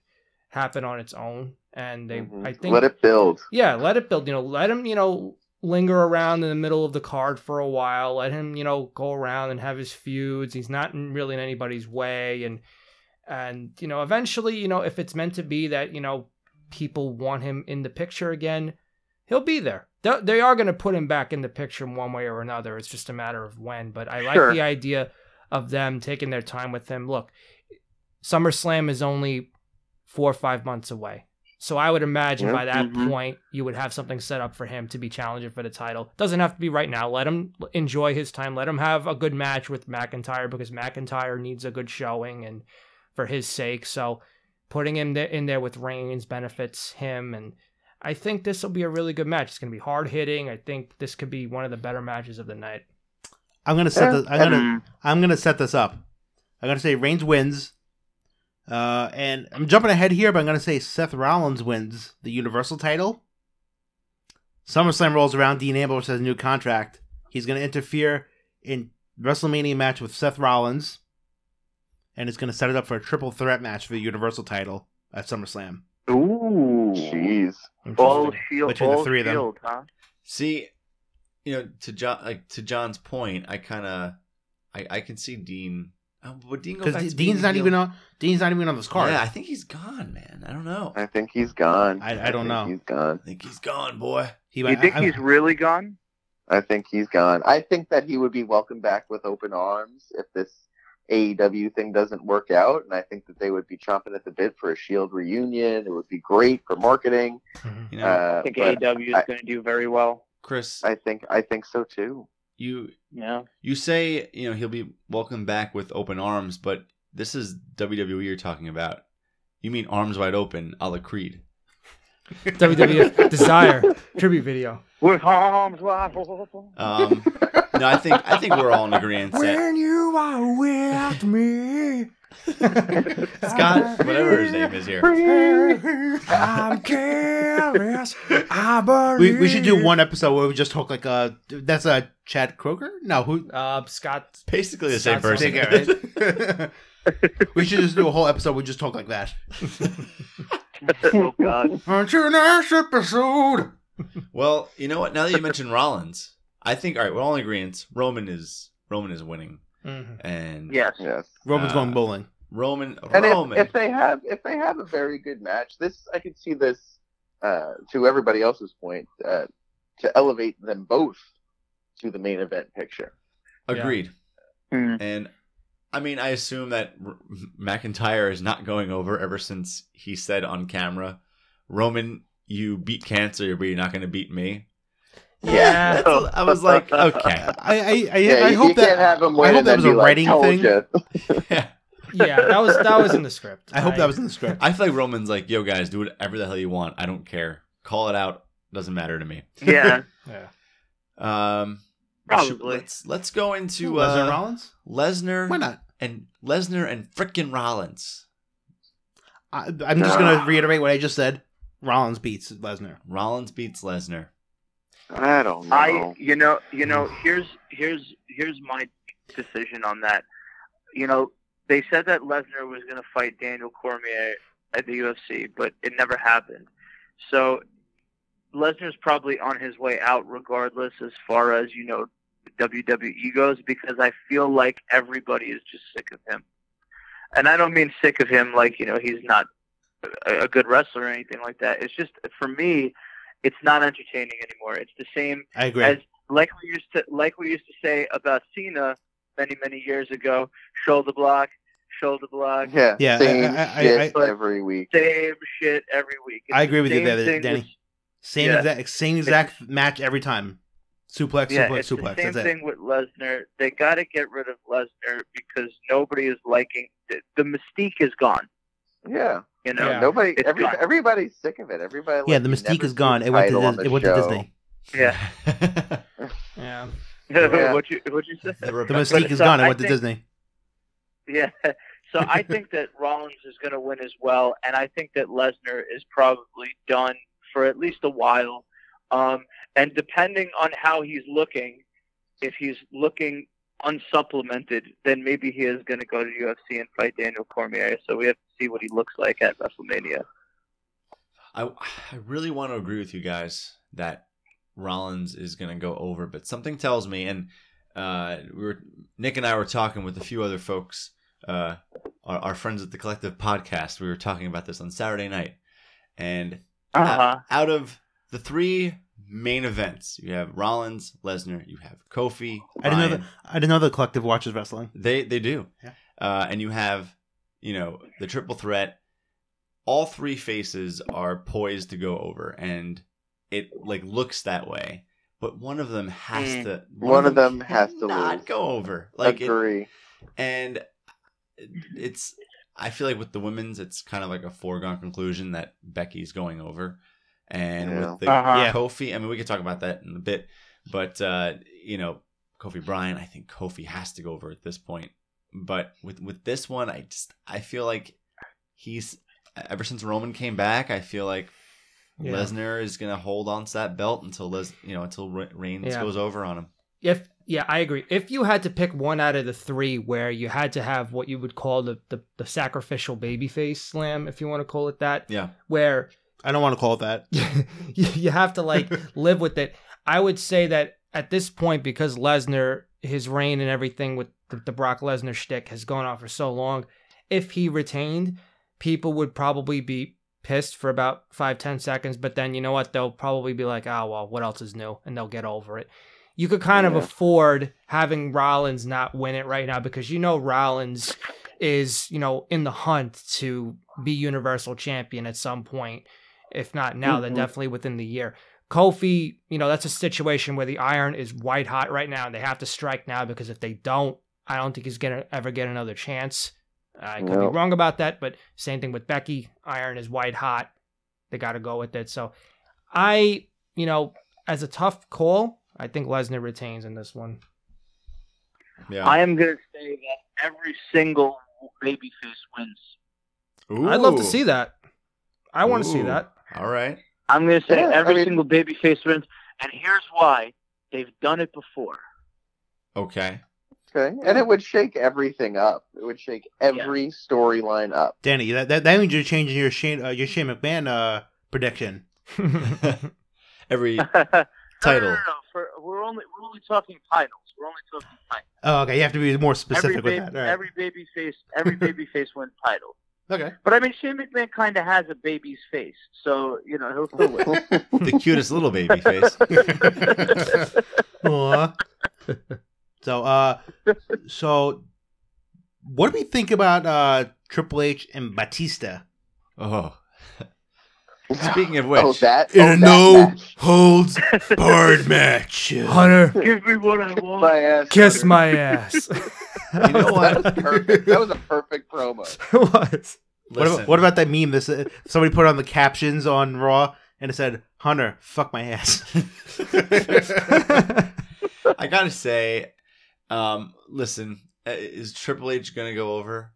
happen on its own. And they, Mhm. I think, let it build. yeah, let it build. You know, let him, you know, linger around in the middle of the card for a while. Let him, you know, go around and have his feuds. He's not in, really in anybody's way, and and you know, eventually, you know, if it's meant to be that you know people want him in the picture again, he'll be there. They, they are going to put him back in the picture in one way or another. It's just a matter of when. But I like Sure. the idea of them taking their time with him. Look, SummerSlam is only four or five months away. So I would imagine Yeah. by that Mhm. point you would have something set up for him to be challenging for the title. Doesn't have to be right now. Let him enjoy his time. Let him have a good match with McIntyre because McIntyre needs a good showing and for his sake. So putting him there, in there with Reigns benefits him and I think this will be a really good match. It's going to be hard hitting. I think this could be one of the better matches of the night. I'm gonna set Yeah. this. I'm gonna. Mm. I'm gonna set this up. I'm gonna say Reigns wins. Uh, and I'm jumping ahead here, but I'm gonna say Seth Rollins wins the Universal title. SummerSlam rolls around. Dean Ambrose has a new contract. He's gonna interfere in WrestleMania match with Seth Rollins, and it's gonna set it up for a triple threat match for the Universal title at SummerSlam. Ooh. Jeez. All Interesting. shield. Between the all three of them. shield, huh? See, you know, to John, like to John's point, I kind of, I, I can see Dean. Oh, would Dean go back Because to Dean's being not heel? even on. Dean's not even on this card. Yeah, I think he's gone, man. I don't know. I think he's gone. I- I don't think know. He's gone. I think he's gone, boy. He, You think I- I- he's really gone? I think he's gone. I think that he would be welcomed back with open arms if this AEW thing doesn't work out, and I think that they would be chomping at the bit for a Shield reunion. It would be great for marketing. Mhm. You know, Uh, I think but AEW is I- going to do very well. Chris, I think I think so too. you Yeah. you say you know he'll be welcomed back with open arms, but this is WWE you're talking about. You mean arms wide open, a la Creed. WWF Desire tribute video. With arms wide open. Um, no, I think I think we're all in agreement. that you are with me, Scott, whatever his name is here. I'm careless. I we, we should do one episode where we just talk like uh that's a uh, Chad Kroger? No, who Uh, Scott. Basically the same Scott's person. Take it, right? we should just do a whole episode where we just talk like that. oh God. Aren't you nice episode? Well, you know what? Now that you mentioned Rollins, I think all right, we're all in agreement. Roman is Roman is winning, Mhm. and Yes. Yes. Roman's Uh, going bowling. Roman And Roman. if, if they have if they have a very good match, this I could see this uh, to everybody else's point uh, to elevate them both to the main event picture. Agreed. Hmm. And I mean, I assume that R- McIntyre is not going over ever since he said on camera, Roman, you beat cancer, but you're not going to beat me. Yeah. That's a- I was like, okay. I I I, Yeah, I you, hope you that can't have them I win hope and that then was be a like, writing "Told thing. ya." Yeah. Yeah, that was that was in the script. I hope that was in the script. I feel like Roman's like, yo, guys, do whatever the hell you want. I don't care. Call it out. Doesn't matter to me. Yeah. Yeah. Um, Probably. Let's, let's go into Lesnar uh, Rollins? Why Lesnar not? and Lesnar and frickin' Rollins. I, I'm just gonna reiterate what I just said. Rollins beats Lesnar. Rollins beats Lesnar. I don't know. I you know you know here's here's here's my decision on that. You know they said that Lesnar was going to fight Daniel Cormier at the UFC, but it never happened. So Lesnar's probably on his way out, regardless as far as you know WWE goes, because I feel like everybody is just sick of him. And I don't mean sick of him like you know he's not a, a good wrestler or anything like that. It's just for me. It's not entertaining anymore. It's the same I agree. As- like we used to like we used to say about Cena many many years ago, shoulder block, shoulder block, yeah, Yeah, I- same I- I- shit I- every week. same shit every week. I agree with you same there, thing Danny. with- same yeah. exact same exact match every time. Suplex, yeah, suplex, it's suplex. the same That's it. thing with Lesnar. They got to get rid of Lesnar because nobody is liking the, the mystique is gone. Yeah, You know, Yeah. nobody. It's Every, gone. everybody's sick of it. Everybody. Yeah, like, the you mystique never is see gone. the It went to title on Dis- the it went to show. Disney. yeah. Yeah. Yeah. what you what you say? the The Rebecca- mystique is so gone. It I went to think- Disney. Yeah. So I think that Rollins is going to win as well, and I think that Lesnar is probably done for at least a while. Um, and depending on how he's looking, if he's looking unsupplemented, then maybe he is going to go to UFC and fight Daniel Cormier. So we have to see what he looks like at WrestleMania. I, I really want to agree with you guys that Rollins is going to go over, but something tells me, and uh, we were Nick and I were talking with a few other folks, uh, our, our friends at the Collective Podcast. We were talking about this on Saturday night, and Ah. Uh-huh. out of the three main events, you have Rollins, Lesnar, you have Kofi. I didn't know Bryan. that. I didn't know the collective watches wrestling. They they do. Yeah. Uh, and you have, you know, the triple threat. All three faces are poised to go over, and it like looks that way. But one of them has Mm. to. One of them has to not lose. go over. Like it, agree. and Mm-hmm. it's. I feel like with the women's, it's kind of like a foregone conclusion that Becky's going over, and Yeah. with the Uh-huh. Yeah. Kofi, I mean, we could talk about that in a bit, but uh, you know, Kofi Bryan, I think Kofi has to go over at this point. But with with this one, I just I feel like he's ever since Roman came back, I feel like Yeah. Lesnar is gonna hold on to that belt until Les, you know, until Re- Reigns Yeah. goes over on him. If yeah, I agree. If you had to pick one out of the three where you had to have what you would call the the, the sacrificial babyface slam, if you want to call it that, Yeah. where I don't want to call it that. you you have to like live with it. I would say that at this point, because Lesnar, his reign and everything with the, the Brock Lesnar shtick has gone on for so long, if he retained, people would probably be pissed for about five ten seconds. But then you know what? They'll probably be like, "Oh well, what else is new?" and they'll get over it. You could kind of Yeah. afford having Rollins not win it right now because you know Rollins is you know in the hunt to be universal champion at some point if not now Mm-hmm. then Mhm. definitely within the year kofi you know that's a situation where the iron is white hot right now and they have to strike now because if they don't i don't think he's gonna ever get another chance i could No. be wrong about that but same thing with becky iron is white hot they gotta go with it so i you know as a tough call i think lesnar retains in this one Yeah, I am going to say that every single babyface wins. i'd love to see that i want to see Ooh. that All right. I'm going to say Yeah, I every mean- single babyface wins, and here's why: they've done it before. Okay. Okay, and it would shake everything up. It would shake every storyline up. Danny, that that, that means you're changing your Shane uh, your Shane McMahon uh, prediction. Every No, no, no, title. no, For, we're only we're only talking titles. We're only talking titles. Oh, okay. You have to be more specific every with baby, that. All right. every baby face, every baby face wins title. okay. But I mean, Shane McMahon kind of has a baby's face, so you know he'll still win. the cutest little baby face. Aw. so, uh, so what do we think about uh Triple H and Batista? Oh. Speaking of which, oh, that In oh, a that no- match. Holds hard match. hunter Give me what I Kiss want. my ass. kiss my ass you know That what? was perfect. That was a perfect promo. it was What about, what about that meme? This uh, somebody put on the captions on Raw and it said, "Hunter, fuck my ass." I gotta say, um, listen, uh, is Triple H gonna go over?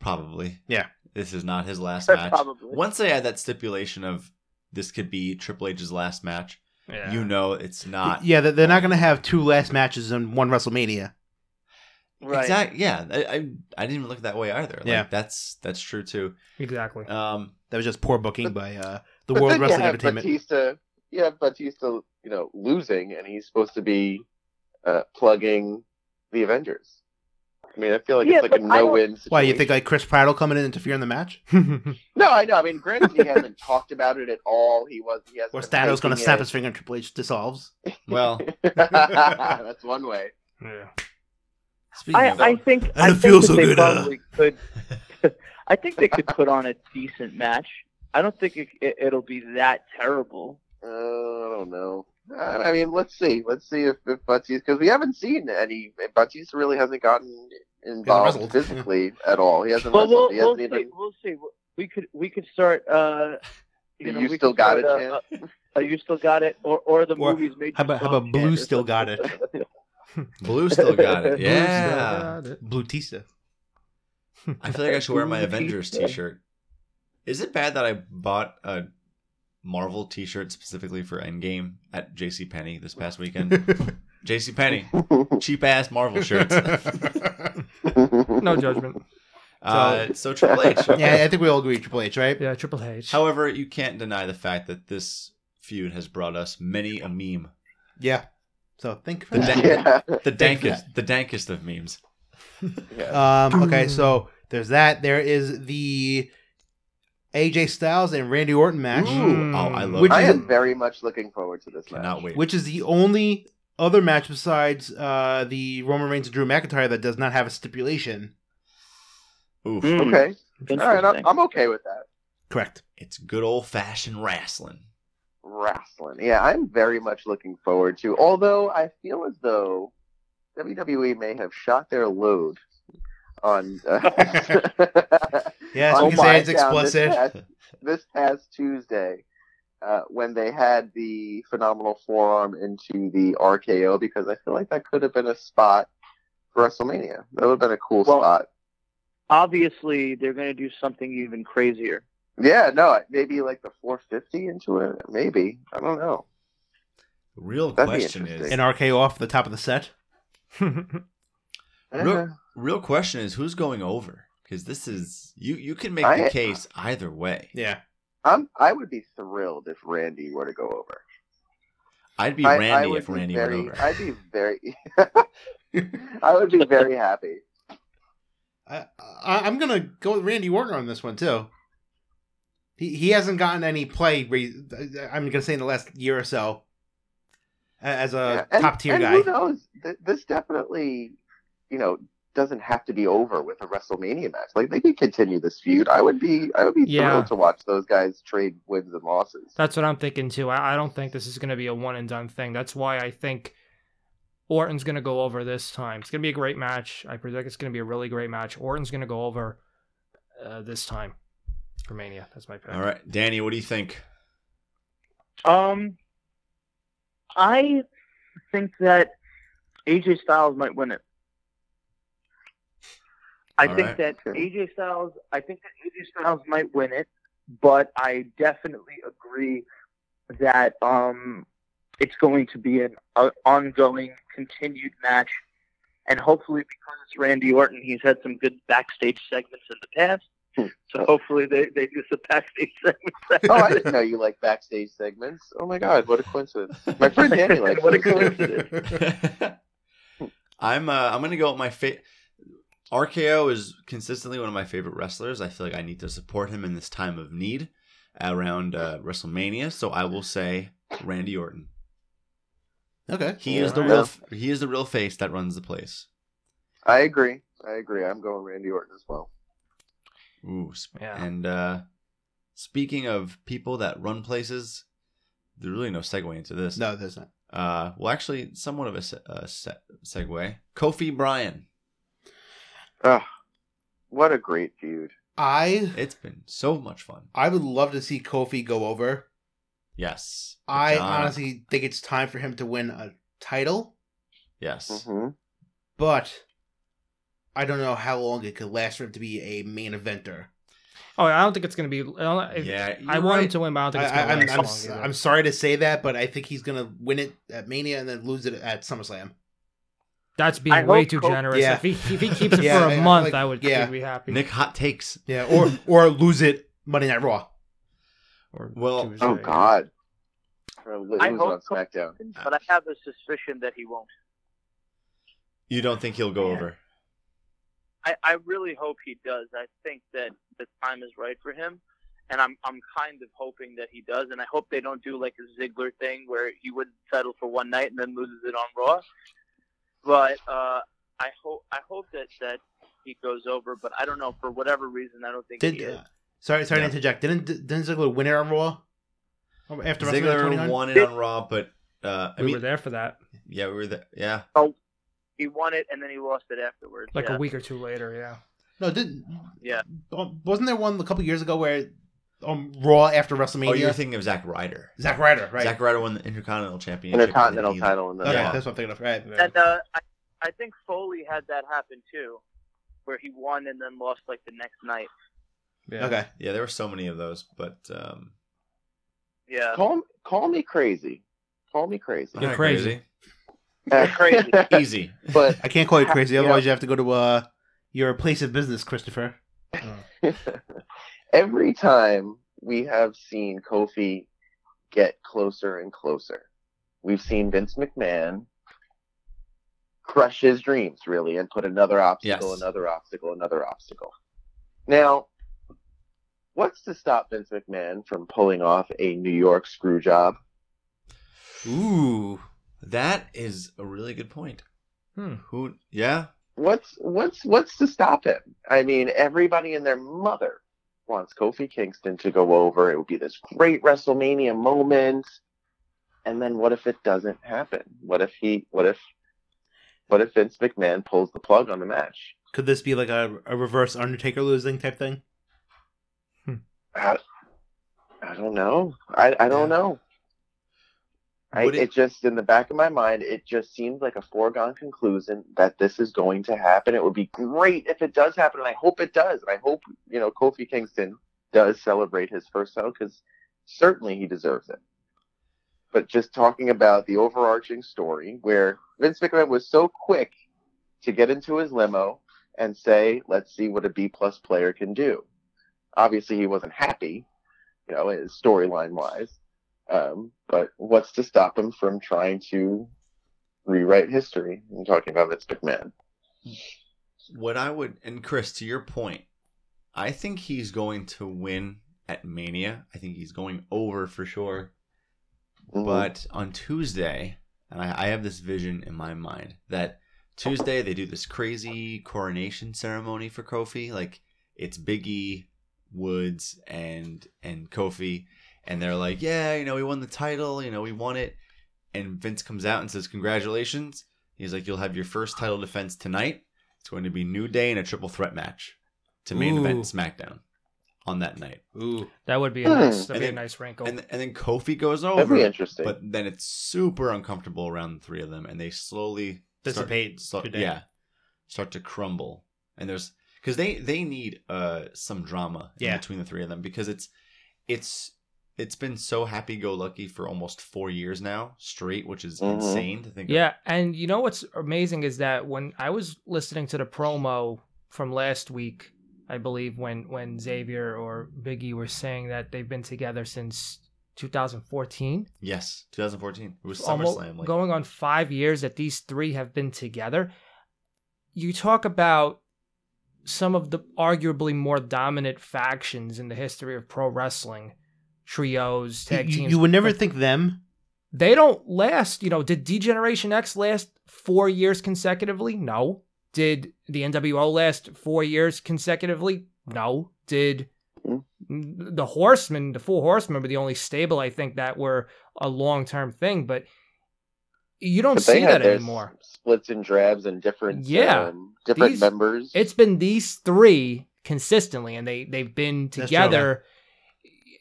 Probably. Yeah. This is not his last match. Probably. Once they add that stipulation of this could be Triple H's last match, you know it's not. yeah, they're, they're not gonna have two last matches in one WrestleMania. Right. Exact- Yeah. I, I I didn't even look that way either. Like, Yeah. That's that's true too. exactly Um. That was just poor booking by uh, the But World then you Wrestling have Entertainment. Batista, you have Batista, you know, losing, and he's supposed to be uh, plugging the Avengers. I mean, I feel like Yeah, it's like a but I don't- no-win situation. Why you think like Chris Pratt will come in and interfere in the match? No, I know. I mean, granted, he hasn't talked about it at all. He was. He has. Or Thanos gonna snap his finger and Triple H dissolves? Well, That's one way. yeah. speaking I, of I think I, don't think feel that so they good, uh. Probably could. I think they could put on a decent match. I don't think it, it, it'll be that terrible. Uh, I don't know. I I mean, let's see. Let's see if, if Batista, because we haven't seen any. Batista really hasn't gotten wrestled. involved physically at all. He hasn't. Well, we'll, wrestled. he we'll hasn't see. even. We'll see. We could we could start. Uh, you You, know, we still could got it, start, uh, uh, you still got it, or or the Or movies made. how You about- how Strong about Blue Again or still got something. Blue still got it. Blue's Yeah. Blutista. I feel like I should wear my Avengers T-shirt. Is it bad that I bought a Marvel T-shirt specifically for Endgame at J.C. Penney this past weekend? J.C. Penney, cheap ass Marvel shirts. No judgment. Uh, so Triple H. okay. Yeah, I think we all agree Triple H, right? Yeah, Triple H. However, you can't deny the fact that this feud has brought us many a meme. Yeah. So think for The that. next- yeah. The Thank you. dankest, the dankest of memes. yeah. Um, okay, so there's that. There is the AJ Styles and Randy Orton match, Ooh. Oh, I love Which it. I is- am very much looking forward to this match. Cannot wait. which is the only other match besides uh, the Roman Reigns and Drew McIntyre that does not have a stipulation. Oof. Mm. Okay. All right. I'm, Interesting. I'm okay with that. Correct. It's good old fashioned wrestling. Wrestling. Yeah, I'm very much looking forward to. Although I feel as though WWE may have shot their load on. Uh, Yes, we on can say it's SmackDown explicit. Oh This past, this past Tuesday, uh, when they had the phenomenal forearm into the RKO, because I feel like that could have been a spot for WrestleMania. That would have been a cool Well, spot. Obviously, they're going to do something even crazier. Yeah, no, maybe like the 450 into it. Maybe I don't know. The real That'd be question is interesting. An RKO off the top of the set. Eh, Real, real question is who's going over? Because this is you. You can make I- the case either way. Yeah. I'm I would be thrilled if Randy were to go over. I'd be I, I Randy would if be Randy very, went over. I'd be very. I would be very happy. I, I, I'm gonna go with Randy Orton on this one too. He he hasn't gotten any play. Re- I'm gonna say in the last year or so, a- as Yeah, a and- uh, top tier and guy. Who knows? Th- This definitely, you know, doesn't have to be over with a WrestleMania match. Like they could continue this feud. I would be, I would be Yeah. thrilled to watch those guys trade wins and losses. That's what I'm thinking too. I, I don't think this is going to be a one and done thing. That's why I think Orton's going to go over this time. It's going to be a great match. I predict it's going to be a really great match. Orton's going to go over uh, this time for Mania. That's my pick. All right, Danny, what do you think? Um, I think that AJ Styles might win it. I All think right. that Okay. AJ Styles. I think that AJ Styles might win it, but I definitely agree that um, it's going to be an uh, ongoing, continued match, and hopefully because it's Randy Orton, he's had some good backstage segments in the past. So hopefully they, they do some backstage segments. oh, I didn't know you like backstage segments. Oh my god, what a coincidence! My friend Danny likes. What a those. coincidence. I'm uh, I'm gonna go with my favorite. RKO is consistently one of my favorite wrestlers. I feel like I need to support him in this time of need around uh, WrestleMania. So I will say Randy Orton. Okay. He is the Yeah. real. He is the real face that runs the place. I agree. I agree. I'm going Randy Orton as well. Ooh, sp- Yeah. and uh, speaking of people that run places, there's really no segue into this. No, there's not. Uh, well, actually, somewhat of a, se- a se- segue. Kofi Bryan. Ugh, what a great feud. I It's been so much fun. I would love to see Kofi go over. Yes. I John. honestly think it's time for him to win a title, Yes. Mm-hmm. Mhm. but I don't know how long it could last for him to be a main eventer. Oh, I don't think it's going to be. I, don't, Yeah. I you're want him right. to win, but I don't think I, it's going I, to I'm, I'm, last long. s- either. I'm sorry to say that, but I think he's gonna win it at Mania and then lose it at SummerSlam. That's I being way hope too Col- generous. Yeah. If, he, if he keeps it Yeah, for I- a I month, like- I would yeah. I'd be happy. Nick hot takes. Yeah, or or lose it Monday Night Raw. Or Well- Tuesday. Oh god. Or lose I on hope- SmackDown. Uh. but I have a suspicion that he won't. You don't think he'll go Yeah. over? I, I really hope he does. I think that the time is right for him, and I'm I'm kind of hoping that he does. And I hope they don't do like a Ziggler thing where he would settle for one night and then loses it on Raw. But uh, I hope I hope that that he goes over. But I don't know for whatever reason I don't think he Did is. uh, sorry sorry Yeah. to interject. Didn't didn't Ziggler win it on Raw? Oh, After WrestleMania Ziggler 29? won it on Raw, but uh, I we were mean, there for that, yeah, we were there. Yeah. Oh, He won it and then he lost it afterwards. like yeah. a week or two later. Yeah. No, didn't. Yeah. Um, Wasn't there one a couple years ago where on Raw after WrestleMania? Oh, you're thinking of Zack Ryder. Zack Ryder, right? Zack Ryder won the Intercontinental Championship. Intercontinental He- title in the okay, Yeah. that's what I'm thinking of. Right. And uh, I I think Foley had that happen too, where he won and then lost like the next night. Yeah. Okay. Yeah, there were so many of those, but um, Yeah. Call call me crazy. Call me crazy. You're not crazy. crazy. Easy. but I can't call you crazy. Yeah. Otherwise, you have to go to uh, your place of business, Christopher. Mm. every time we have seen Kofi get closer and closer, we've seen Vince McMahon crush his dreams really and put another obstacle, Yes. another obstacle, another obstacle. Now, what's to stop Vince McMahon from pulling off a New York screw job? Ooh, that is a really good point. Hmm. Who? Yeah. What's what's what's to stop him? I mean, everybody and their mother wants Kofi Kingston to go over. It would be this great WrestleMania moment. And then what if it doesn't happen? What if he what if what if Vince McMahon pulls the plug on the match? Could this be like a, a reverse Undertaker losing type thing? I, I don't know. I, I don't Yeah. know. I, Would it, it- just in the back of my mind, it just seems like a foregone conclusion that this is going to happen. It would be great if it does happen, and I hope it does. And I hope you know Kofi Kingston does celebrate his first title because certainly he deserves it. But just talking about the overarching story, where Vince McMahon was so quick to get into his limo and say, "Let's see what a B plus player can do." Obviously, he wasn't happy, you know, storyline wise. Um, but what's to stop him from trying to rewrite history? I'm talking about Vince McMahon. What I would and Chris, to your point, I think he's going to win at Mania. I think he's going over for sure. Mm-hmm. But on Tuesday, and I, I have this vision in my mind that Tuesday they do this crazy coronation ceremony for Kofi. Like it's Biggie, Woods, and and Kofi, and they're like, yeah, you know, we won the title, you know, we won it. And Vince comes out and says, congratulations. He's like, you'll have your first title defense tonight. It's going to be New Day in a triple threat match to main event Ooh. SmackDown on that night. Ooh, That would be a Hmm. nice, that'd And be a then- nice wrinkle. And and then Kofi goes that'd be over. interesting. But then it's super uncomfortable around the three of them, and they slowly start- Dissipate start- today. yeah, start to crumble. And there's because they they need uh some drama in Yeah. between the three of them because it's it's it's been so happy go lucky for almost four years now straight, which is Mhm. insane to think. Yeah, and you know what's amazing is that when I was listening to the promo from last week, I believe when when Xavier or Biggie were saying that they've been together since 2014, Of. Yes, 2014. It was almost SummerSlam. Like, going on five years that these three have been together. You talk about some of the arguably more dominant factions in the history of pro wrestling, trios, you, tag you teams. you would never Like, think them. they don't last. You know, did Degeneration X last four years consecutively? No. Did the NWO last four years consecutively? No. Did Mm. the Horsemen, the Four Horsemen, were the only stable I think that were a long term thing, but you don't But see that their anymore. s- splits and drabs and different Yeah. um, different These- members. It's been these three consistently, and they they've been That's together.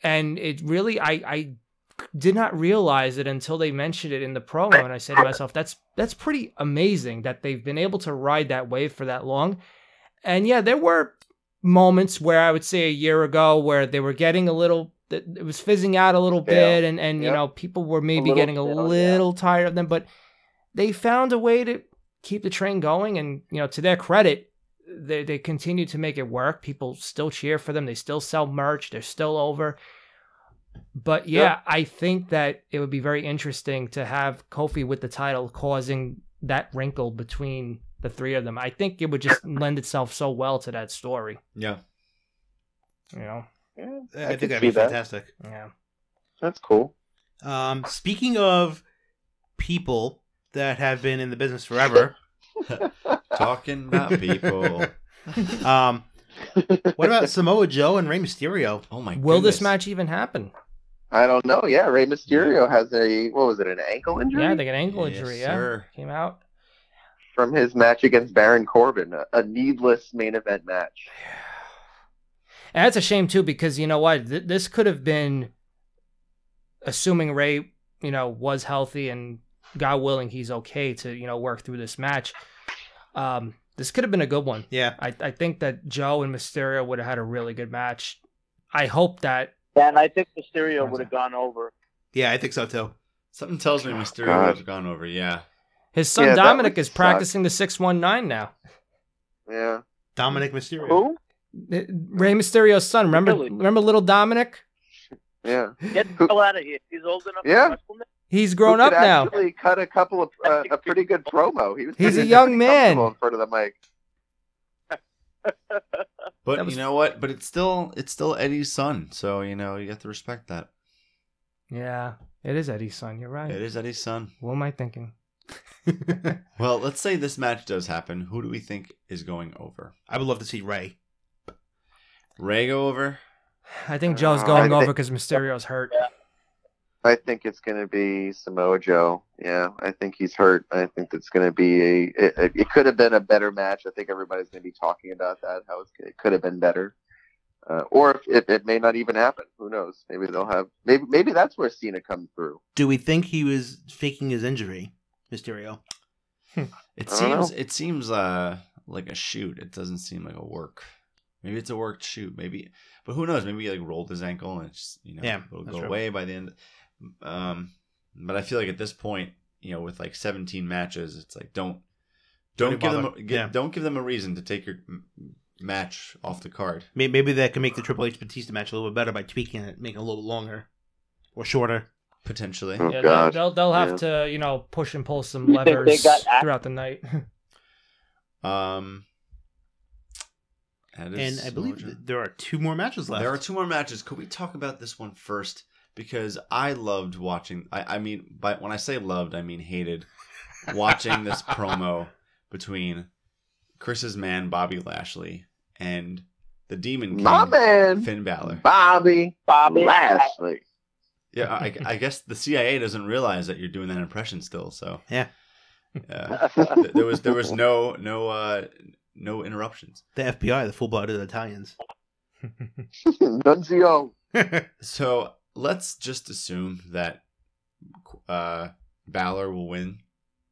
And it really, I I did not realize it until they mentioned it in the promo, and I said to myself, "That's that's pretty amazing that they've been able to ride that wave for that long." And yeah, there were moments where I would say a year ago where they were getting a little, that it was fizzing out a little Yeah. bit, and and you Yep. know people were maybe little getting a down, yeah. little tired of them, but they found a way to keep the train going and you know to their credit they they continue to make it work people still cheer for them they still sell merch they're still over but yeah i think that it would be very interesting to have kofi with the title causing that wrinkle between the three of them i think it would just lend itself so well to that story yeah, you know yeah, I, could think that'd see be that. fantastic. yeah That's cool. Um, speaking of people that have been in the business forever, talking about people. um, what about Samoa Joe and Rey Mysterio? Oh my. will this goodness. match even happen I don't know. Yeah, Rey Mysterio has a what was it, an ankle injury yeah they got an ankle Yes, injury yeah sir. came out from his match against Baron Corbin, a, a needless main event match. And that's a shame too, because you know what? Th- this could have been, assuming Ray, you know, was healthy and God willing, he's okay to you know work through this match. Um, this could have been a good one. Yeah, I, I think that Joe and Mysterio would have had a really good match. I hope that And I think Mysterio would have gone over. yeah, I think so too. Oh, Something tells me Mysterio God. would have gone over. Yeah. His son Yeah, that Dominic would is suck. practicing the 619 now. Yeah. Dominic Mysterio. Who? Ray Mysterio's son. Remember Really? remember little Dominic? Yeah. Get the hell out of here. He's old enough Yeah. to wrestle now. He's grown Who up could now. Actually, cut a couple of uh, a pretty good promo. He was. He's a pretty- young man. comfortable in front of the mic. But That was- you know what? But it's still it's still Eddie's son, so you know you have to respect that. Yeah, it is Eddie's son. You're right. It is Eddie's son. What am I thinking? Well, let's say this match does happen. Who do we think is going over? I would love to see Ray. Ray go over. I think Joe's Uh, going I over think- because Mysterio's hurt. I think it's going to be Samoa Joe. Yeah, I think he's hurt. I think that's going to be a. It, it could have been a better match. I think everybody's going to be talking about that. How it's, it could have been better, uh, or if it, it may not even happen. Who knows? Maybe they'll have. Maybe maybe that's where Cena comes through. Do we think he was faking his injury, Mysterio? It I don't seems it seems uh like a shoot. It doesn't seem like a work. Maybe it's a worked shoot. Maybe, but who knows? Maybe he like rolled his ankle and it's just, you know Yeah, it'll that's go true. away by the end. Um, but I feel like at this point, you know, with like 17 matches, it's like don't don't even give them bother. a, gi- Yeah. don't give them a reason to take your m- match off the card. May- Maybe that can make the Triple H Batista match a little bit better by tweaking it, making it a little longer or shorter. Potentially, Oh Yeah, they'll, God. they'll, they'll have to, you know, push and pull some You think they levers got act- throughout the night. Hmm. um, that And is I believe Mojo. th- there are two more matches left. There are two more matches. Could we talk about this one first? Because I loved watching. I, I mean, by, when I say loved, I mean hated watching this promo between Chris's man Bobby Lashley and the Demon King My man, Finn Balor. Bobby Bobby Lashley. Yeah, I, I guess the CIA doesn't realize that you're doing that impression still. So Yeah. Uh, th- there was there was no no uh, no interruptions. The FBI, the full blooded Italians. Nunzio. So let's just assume that uh, Balor will win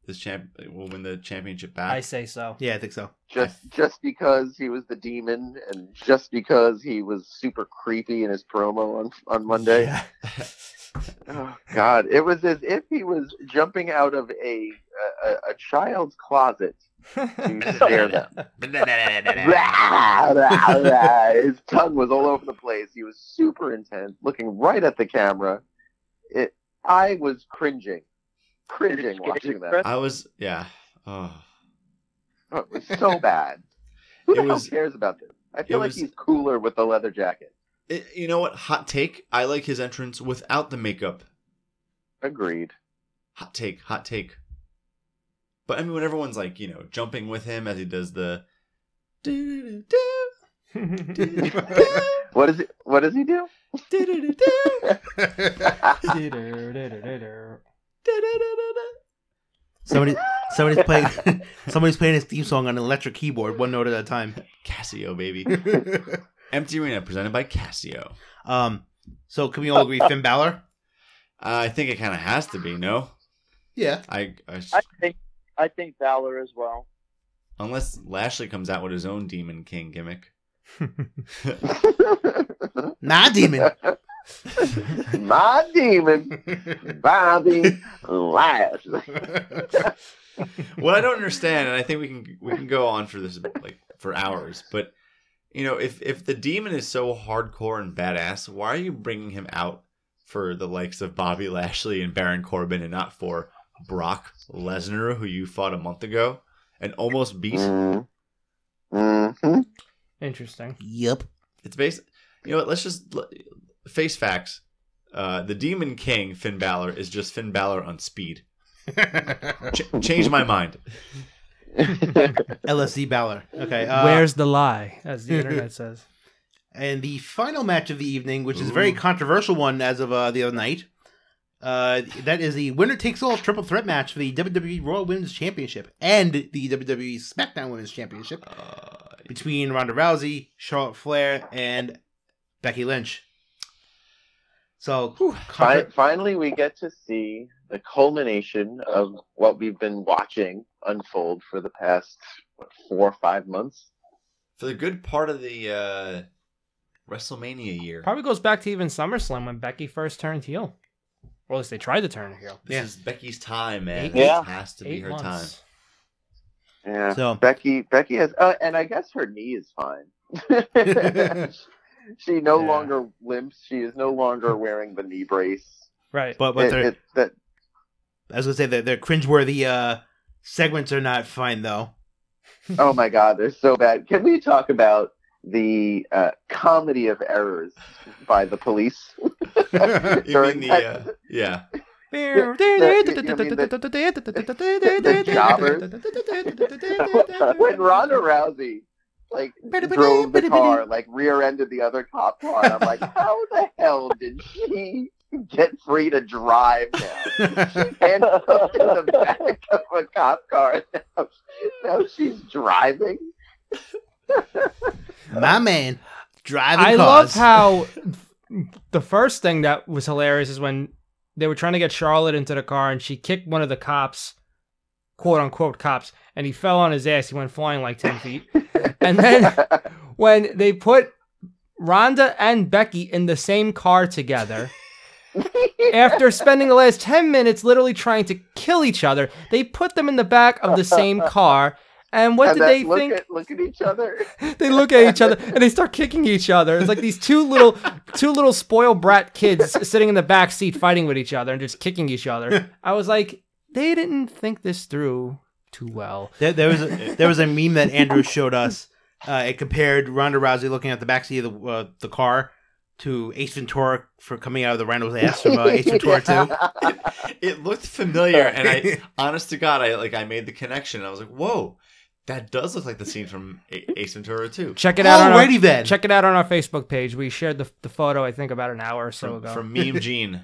this champ will win the championship I back. say so. yeah, I think so. Just just because he was the demon, and just because he was super creepy in his promo on on Monday. Yeah. Oh God! It was as if he was jumping out of a a, a child's closet to scare them. Rah, rah, rah. His tongue was all over the place. He was super intense, looking right at the camera. It. I was cringing, cringing watching that. I was yeah. Oh. Oh, It was so bad. Who It the hell was- cares about this? I it feel like was- he's cooler with the leather jacket. It- you know what? Hot take. I like his entrance without the makeup. Agreed. Hot take. Hot take. But I mean, when everyone's like, you know, jumping with him as he does the. What is it? What does he do? Somebody, somebody's playing, somebody's playing his theme song on an electric keyboard, one note at a time. Casio, baby. Empty Arena, presented by Casio. um, so can we all agree Finn Balor? Uh, I think it kind of has to be no. Yeah, I, I I think I think Valor as well. unless Lashley comes out with his own Demon King gimmick. nah, demon. My demon, Bobby Lashley. what I don't understand, and I think we can we can go on for this like for hours, but you know, if if the demon is so hardcore and badass, why are you bringing him out for the likes of Bobby Lashley and Baron Corbin, and not for Brock Lesnar, who you fought a month ago and almost beat? Mm. hmm Interesting. yep. It's based. You know what? Let's just l- face facts. Uh, the Demon King Finn Balor is just Finn Balor on speed. Ch- change my mind. LSD Balor. Okay. Uh, Where's the lie, as the internet says? And the final match of the evening, which is a very Ooh. controversial one as of uh, the other night, uh, that is the winner takes all triple threat match for the WWE Royal Women's Championship and the WWE SmackDown Women's Championship Uh, between Ronda Rousey, Charlotte Flair, and Becky Lynch. So, Fi- contra- finally, we get to see the culmination of what we've been watching unfold for the past what, four or five months. for the good part of the uh, WrestleMania year. Probably goes back to even SummerSlam when Becky first turned heel. Or at least they tried to turn her heel. This Yeah. is Becky's time, man. Eight- Yeah. This has to be Eight her time. months. Yeah. So Becky Becky has uh, and I guess her knee is fine. she no Yeah. longer limps. She is no longer wearing the knee brace. Right. but but It- they're it- that I was gonna say that their cringeworthy uh segments are not fine though. oh my god, they're so bad. Can we talk about the uh, comedy of errors by the police? You mean During the, that- uh, yeah. the jobbers. when Ronda Rousey like drove the car, like rear-ended the other cop car, and I'm like, how the hell did she get free to drive now? And hooked in the back of a cop car. Now, now she's driving. My man driving I cars. love how the first thing that was hilarious is when they were trying to get Charlotte into the car and she kicked one of the cops, quote unquote cops, and he fell on his ass. He went flying like 10 feet. And then when they put Rhonda and Becky in the same car together, after spending the last 10 minutes literally trying to kill each other, they put them in the back of the same car. And what And did then they look think? At, look at each other. they look at each other and they start kicking each other. It's like these two little, two little spoiled brat kids sitting in the back seat fighting with each other and just kicking each other. I was like, they didn't think this through too well. There, there was a, there was a meme that Andrew showed us. Uh, it compared Ronda Rousey looking at the backseat of the uh, the car to Ace Ventura for coming out of the Randall's ass from uh, Ace Ventura Two. It looked familiar, and I, honest to God, I like I made the connection. I was like, whoa, that does look like the scene from A- Ace Ventura 2. Check it out on our, Alrighty then. check it out on our Facebook page. We shared the, the photo I think about an hour or so From, ago. from Meme Gene.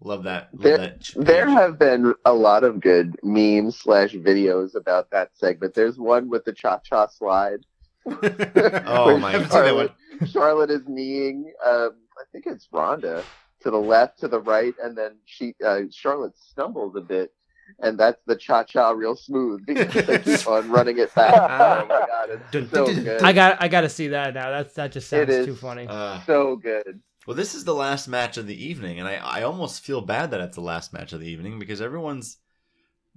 Love that. Love There- that. There have been a lot of good memes slash videos about that segment. There's one with the cha cha slide. Oh my Haven't God. seen that one. Charlotte is kneeing. Um, I think it's Rhonda to the left, to the right, and then she uh, Charlotte stumbles a bit, and that's the cha cha real smooth because they keep on running it back. oh my god, Dun- it's so dun- dun- good, I got I got to see that now. That's that just It sounds is. too funny. Uh, so good. Well, this is the last match of the evening, and I, I almost feel bad that it's the last match of the evening because everyone's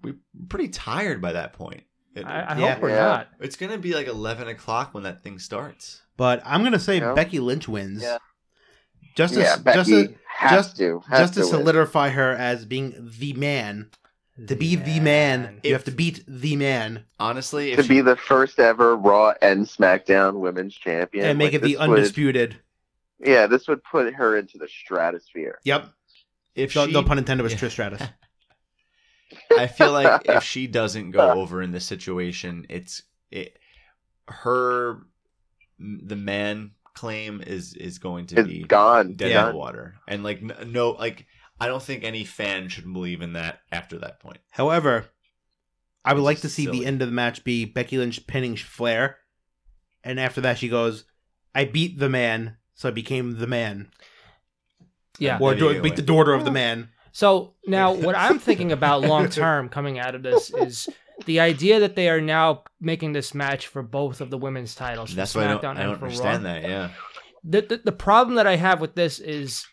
we pretty tired by that point. It- I, I Yeah. hope we're Yeah. not. it's gonna be like eleven o'clock when that thing starts. But I'm gonna say Yeah. Becky Lynch wins. Yeah. Just to, yeah, just Becky to, has just- to has just to win. solidify her as being the man. To be the man, you If- have to beat the man Honestly, to if be she, the first ever Raw and SmackDown Women's Champion and make like, it the this would- undisputed. yeah, this would put her into the stratosphere. Yep. if No, she, no pun intended was Yeah. Trish Stratus. I feel like if she doesn't go Uh. over in this situation, it's it her the man claim is is going to be It's gone. dead Yeah. in the water, and like n- no, like I don't think any fan should believe in that after that point. However, I would It's like just to see silly. the end of the match be Becky Lynch pinning Flair, and after that she goes, "I beat the man, so I became the man, Yeah. or Maybe do- either beat way. the daughter of the man." So now, what I'm thinking about long term coming out of this is the idea that they are now making this match for both of the women's titles. for That's why I don't, SmackDown I and don't for Raw. understand that. Yeah. The, the the problem that I have with this is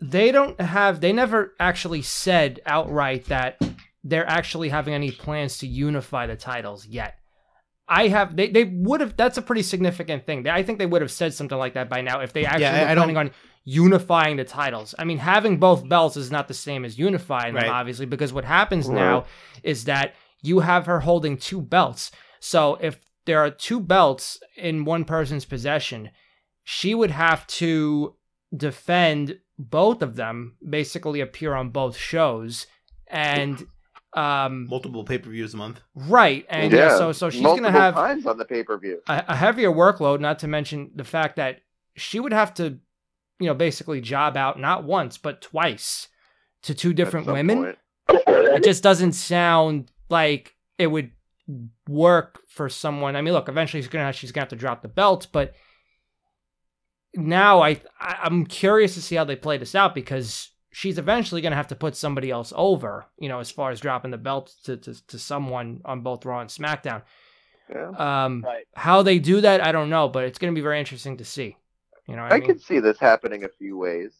they don't have they never actually said outright that they're actually having any plans to unify the titles yet. I have they, they would have that's a pretty significant thing. I think they would have said something like that by now if they actually I- were I don't- planning on unifying the titles. I mean, having both belts is not the same as unifying them, Right. obviously, because what happens Right. now is that you have her holding two belts. So if there are two belts in one person's possession, she would have to defend both of them, basically appear on both shows. And um Multiple pay per views a month. Right, and yeah, so so she's multiple gonna have a, times on the pay per view. a heavier workload. Not to mention the fact that she would have to, you know, basically job out not once but twice to two different women. It just doesn't sound like it would work for someone. I mean, look, eventually she's gonna have, she's gonna have to drop the belt, but now I, I I'm curious to see how they play this out because she's eventually gonna have to put somebody else over. You know, as far as dropping the belt to to, to someone on both Raw and SmackDown. Yeah. Um, Right. how they do that, I don't know, but it's gonna be very interesting to see. You know, what I, I mean? could see this happening a few ways.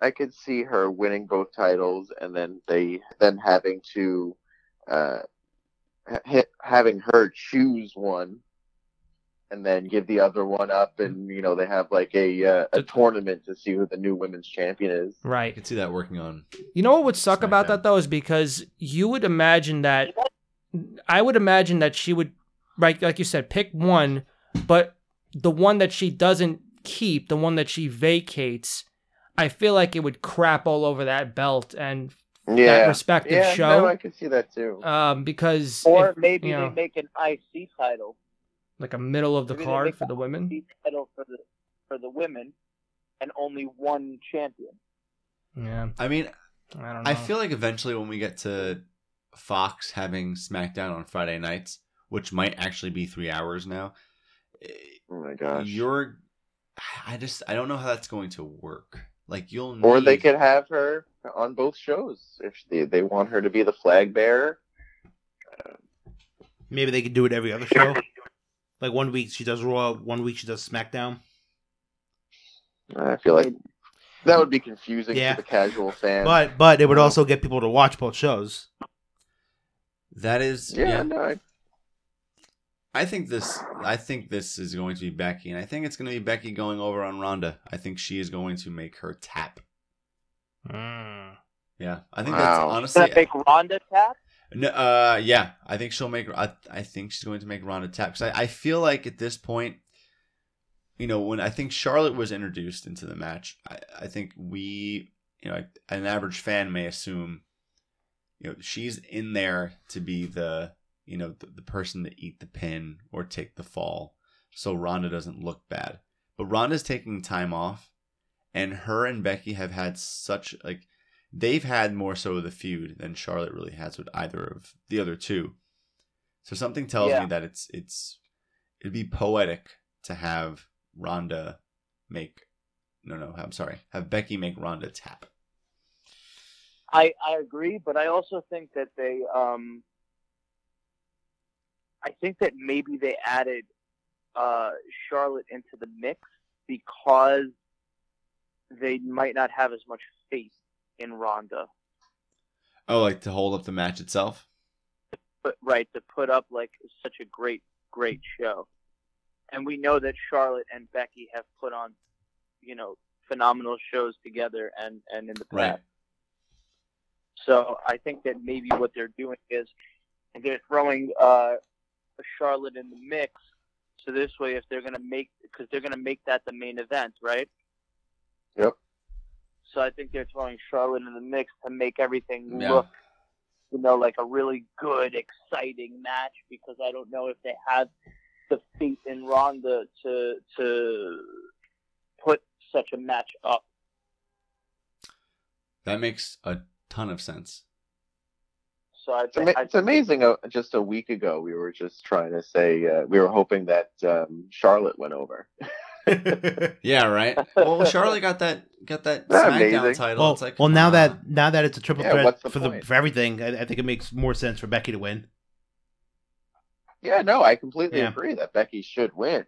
I could see her winning both titles and then they then having to uh, ha- having her choose one and then give the other one up and you know they have like a uh, a tournament to see who the new women's champion is. I Right. could see that working on. You know what would suck about SmackDown. that though is because you would imagine that I would imagine that she would right like you said pick one, but the one that she doesn't keep, the one that she vacates, I feel like it would crap all over that belt and that Yeah. respective Yeah, no, I show. could see that too. um, because Or if- maybe yeah. they make an IC title, like a middle of the Maybe they card make for the women. IC title for the for the women, and only one champion. Yeah, I mean, I don't know. I feel like eventually when we get to Fox having SmackDown on Friday nights, which might actually be three hours now, eh, oh my gosh. you're. I just I don't know how that's going to work. Like you'll need, Or they could have her on both shows if they, they want her to be the flag bearer. Maybe they could do it every other show. Like one week she does Raw, one week she does SmackDown. I feel like that would be confusing Yeah. to the casual fan. But but it would also get people to watch both shows. that is yeah, yeah. no, I, I think this I think this is going to be Becky, and I think it's going to be Becky going over on Ronda. I think she is going to make her tap. Mm. Yeah, I think Wow. that's Does that honestly. make Ronda tap? No, uh, yeah, I think she'll make. I, I think she's going to make Ronda tap. 'Cause I, I feel like at this point, you know, when I think Charlotte was introduced into the match, I, I think we, you know, an average fan may assume, you know, she's in there to be the, you know, the, the person to eat the pin or take the fall, so Ronda doesn't look bad. But Ronda's taking time off, and her and Becky have had such like they've had more so of the feud than Charlotte really has with either of the other two. So something tells Yeah. me that it's it's it'd be poetic to have Ronda make no no I'm sorry have Becky make Ronda tap. I, I agree, but I also think that they um I think that maybe they added uh Charlotte into the mix because they might not have as much faith in Ronda. Oh, like to hold up the match itself. But right, to put up like such a great, great show. And we know that Charlotte and Becky have put on, you know, phenomenal shows together and, and in the past. Right. So I think that maybe what they're doing is they're throwing uh, Charlotte in the mix. So this way, if they're gonna make, because they're gonna make that the main event, right? Yep. So I think they're throwing Charlotte in the mix to make everything Yeah. look, you know, like a really good, exciting match. Because I don't know if they have the feet in Ronda to to put such a match up. That makes a ton of sense. So I, it's, ama- think I it's amazing. Uh, just a week ago, we were just trying to say uh, we were hoping that um, Charlotte went over. Yeah, right. Well, Charlotte got that got that Isn't that SmackDown amazing? title. well, it's like well now ah. that now that it's a triple Yeah, threat what's the for the point? for everything, I, I think it makes more sense for Becky to win. Yeah, no, I completely Yeah. agree that Becky should win.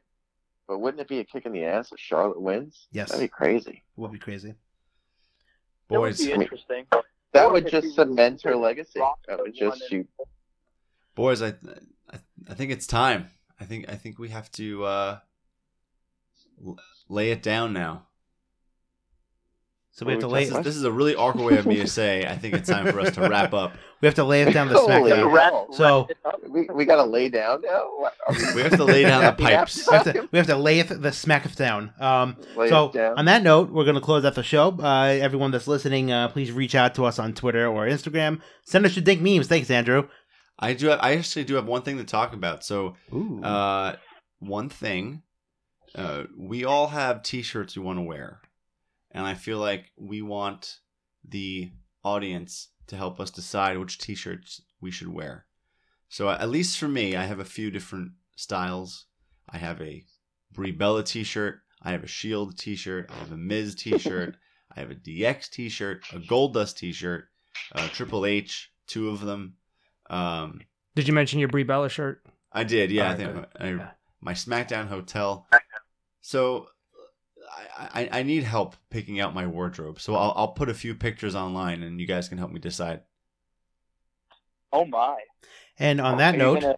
But wouldn't it be a kick in the ass if Charlotte wins? Yes. That'd be crazy. It would be crazy. that would boys be I mean- interesting. That Or would if just she- cement her legacy. That Ronda would just won she, boys I, I I think it's time. I think I think we have to uh l- lay it down now. So we have to Well, lay This is, this is a really awkward way of me to say I think it's time for us to wrap up. we have to lay it down the Holy SmackDown. crap. So we, we gotta lay down now. What- are We have to lay down the happy nap pipes. we have to time? we have to lay it the smack down. Um, Lay so it down. on that note, we're going to close out the show. Uh, everyone that's listening, uh, please reach out to us on Twitter or Instagram. Send us your dick memes. Thanks, Andrew. I do I actually do have one thing to talk about. So Ooh. uh one thing uh we all have t-shirts we want to wear. And I feel like we want the audience to help us decide which t-shirts we should wear. So uh, at least for me, I have a few different styles. I have a Brie Bella t-shirt, I have a Shield t-shirt, I have a Miz t-shirt, I have a DX t-shirt, a Goldust t-shirt, uh, Triple H, two of them. Um, Did you mention your Brie Bella shirt? I did, yeah. I Alright, think good. I, I- Yeah. my SmackDown hotel. So I, I, I need help picking out my wardrobe, so I'll I'll put a few pictures online, and you guys can help me decide. Oh my! And on that Are you note, gonna-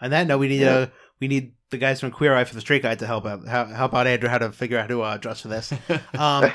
on that note, we need Oh, Yeah. uh, we need the guys from Queer Eye for the Straight Guy to help out how, help out Andrew how to figure out how to uh, dress for this. Um,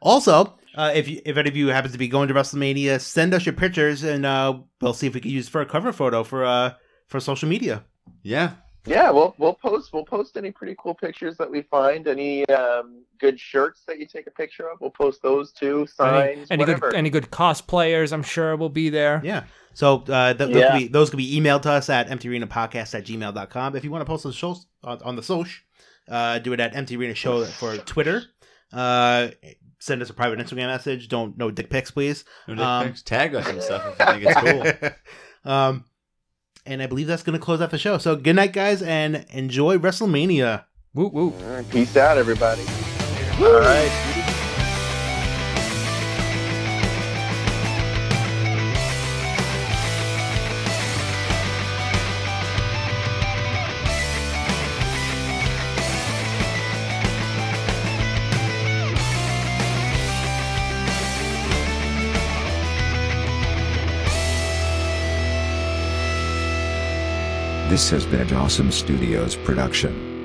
also, uh, if you, if any of you happens to be going to WrestleMania, send us your pictures, and uh, we'll see if we can use it for a cover photo for uh, for social media. yeah, Yeah, we'll we'll post we'll post any pretty cool pictures that we find, any um, good shirts that you take a picture of. We'll post those too, signs, any whatever. good any good cosplayers? I'm sure will be there. Yeah. So uh, th- those, Yeah. could be, those could be emailed to us at emptyrenapodcast at gmail.com. If you want to post on the, show, on, on the social, uh, do it at Empty Arena Show for Twitter. Uh, send us a private Instagram message. Don't No dick pics, please. No dick Um, pics. tag us and stuff if you think it's cool. um, and I believe that's going to close out the show. So good night, guys, and enjoy WrestleMania. Woo woo. All right, peace out, everybody. All right. This has been a Dawson Studios production.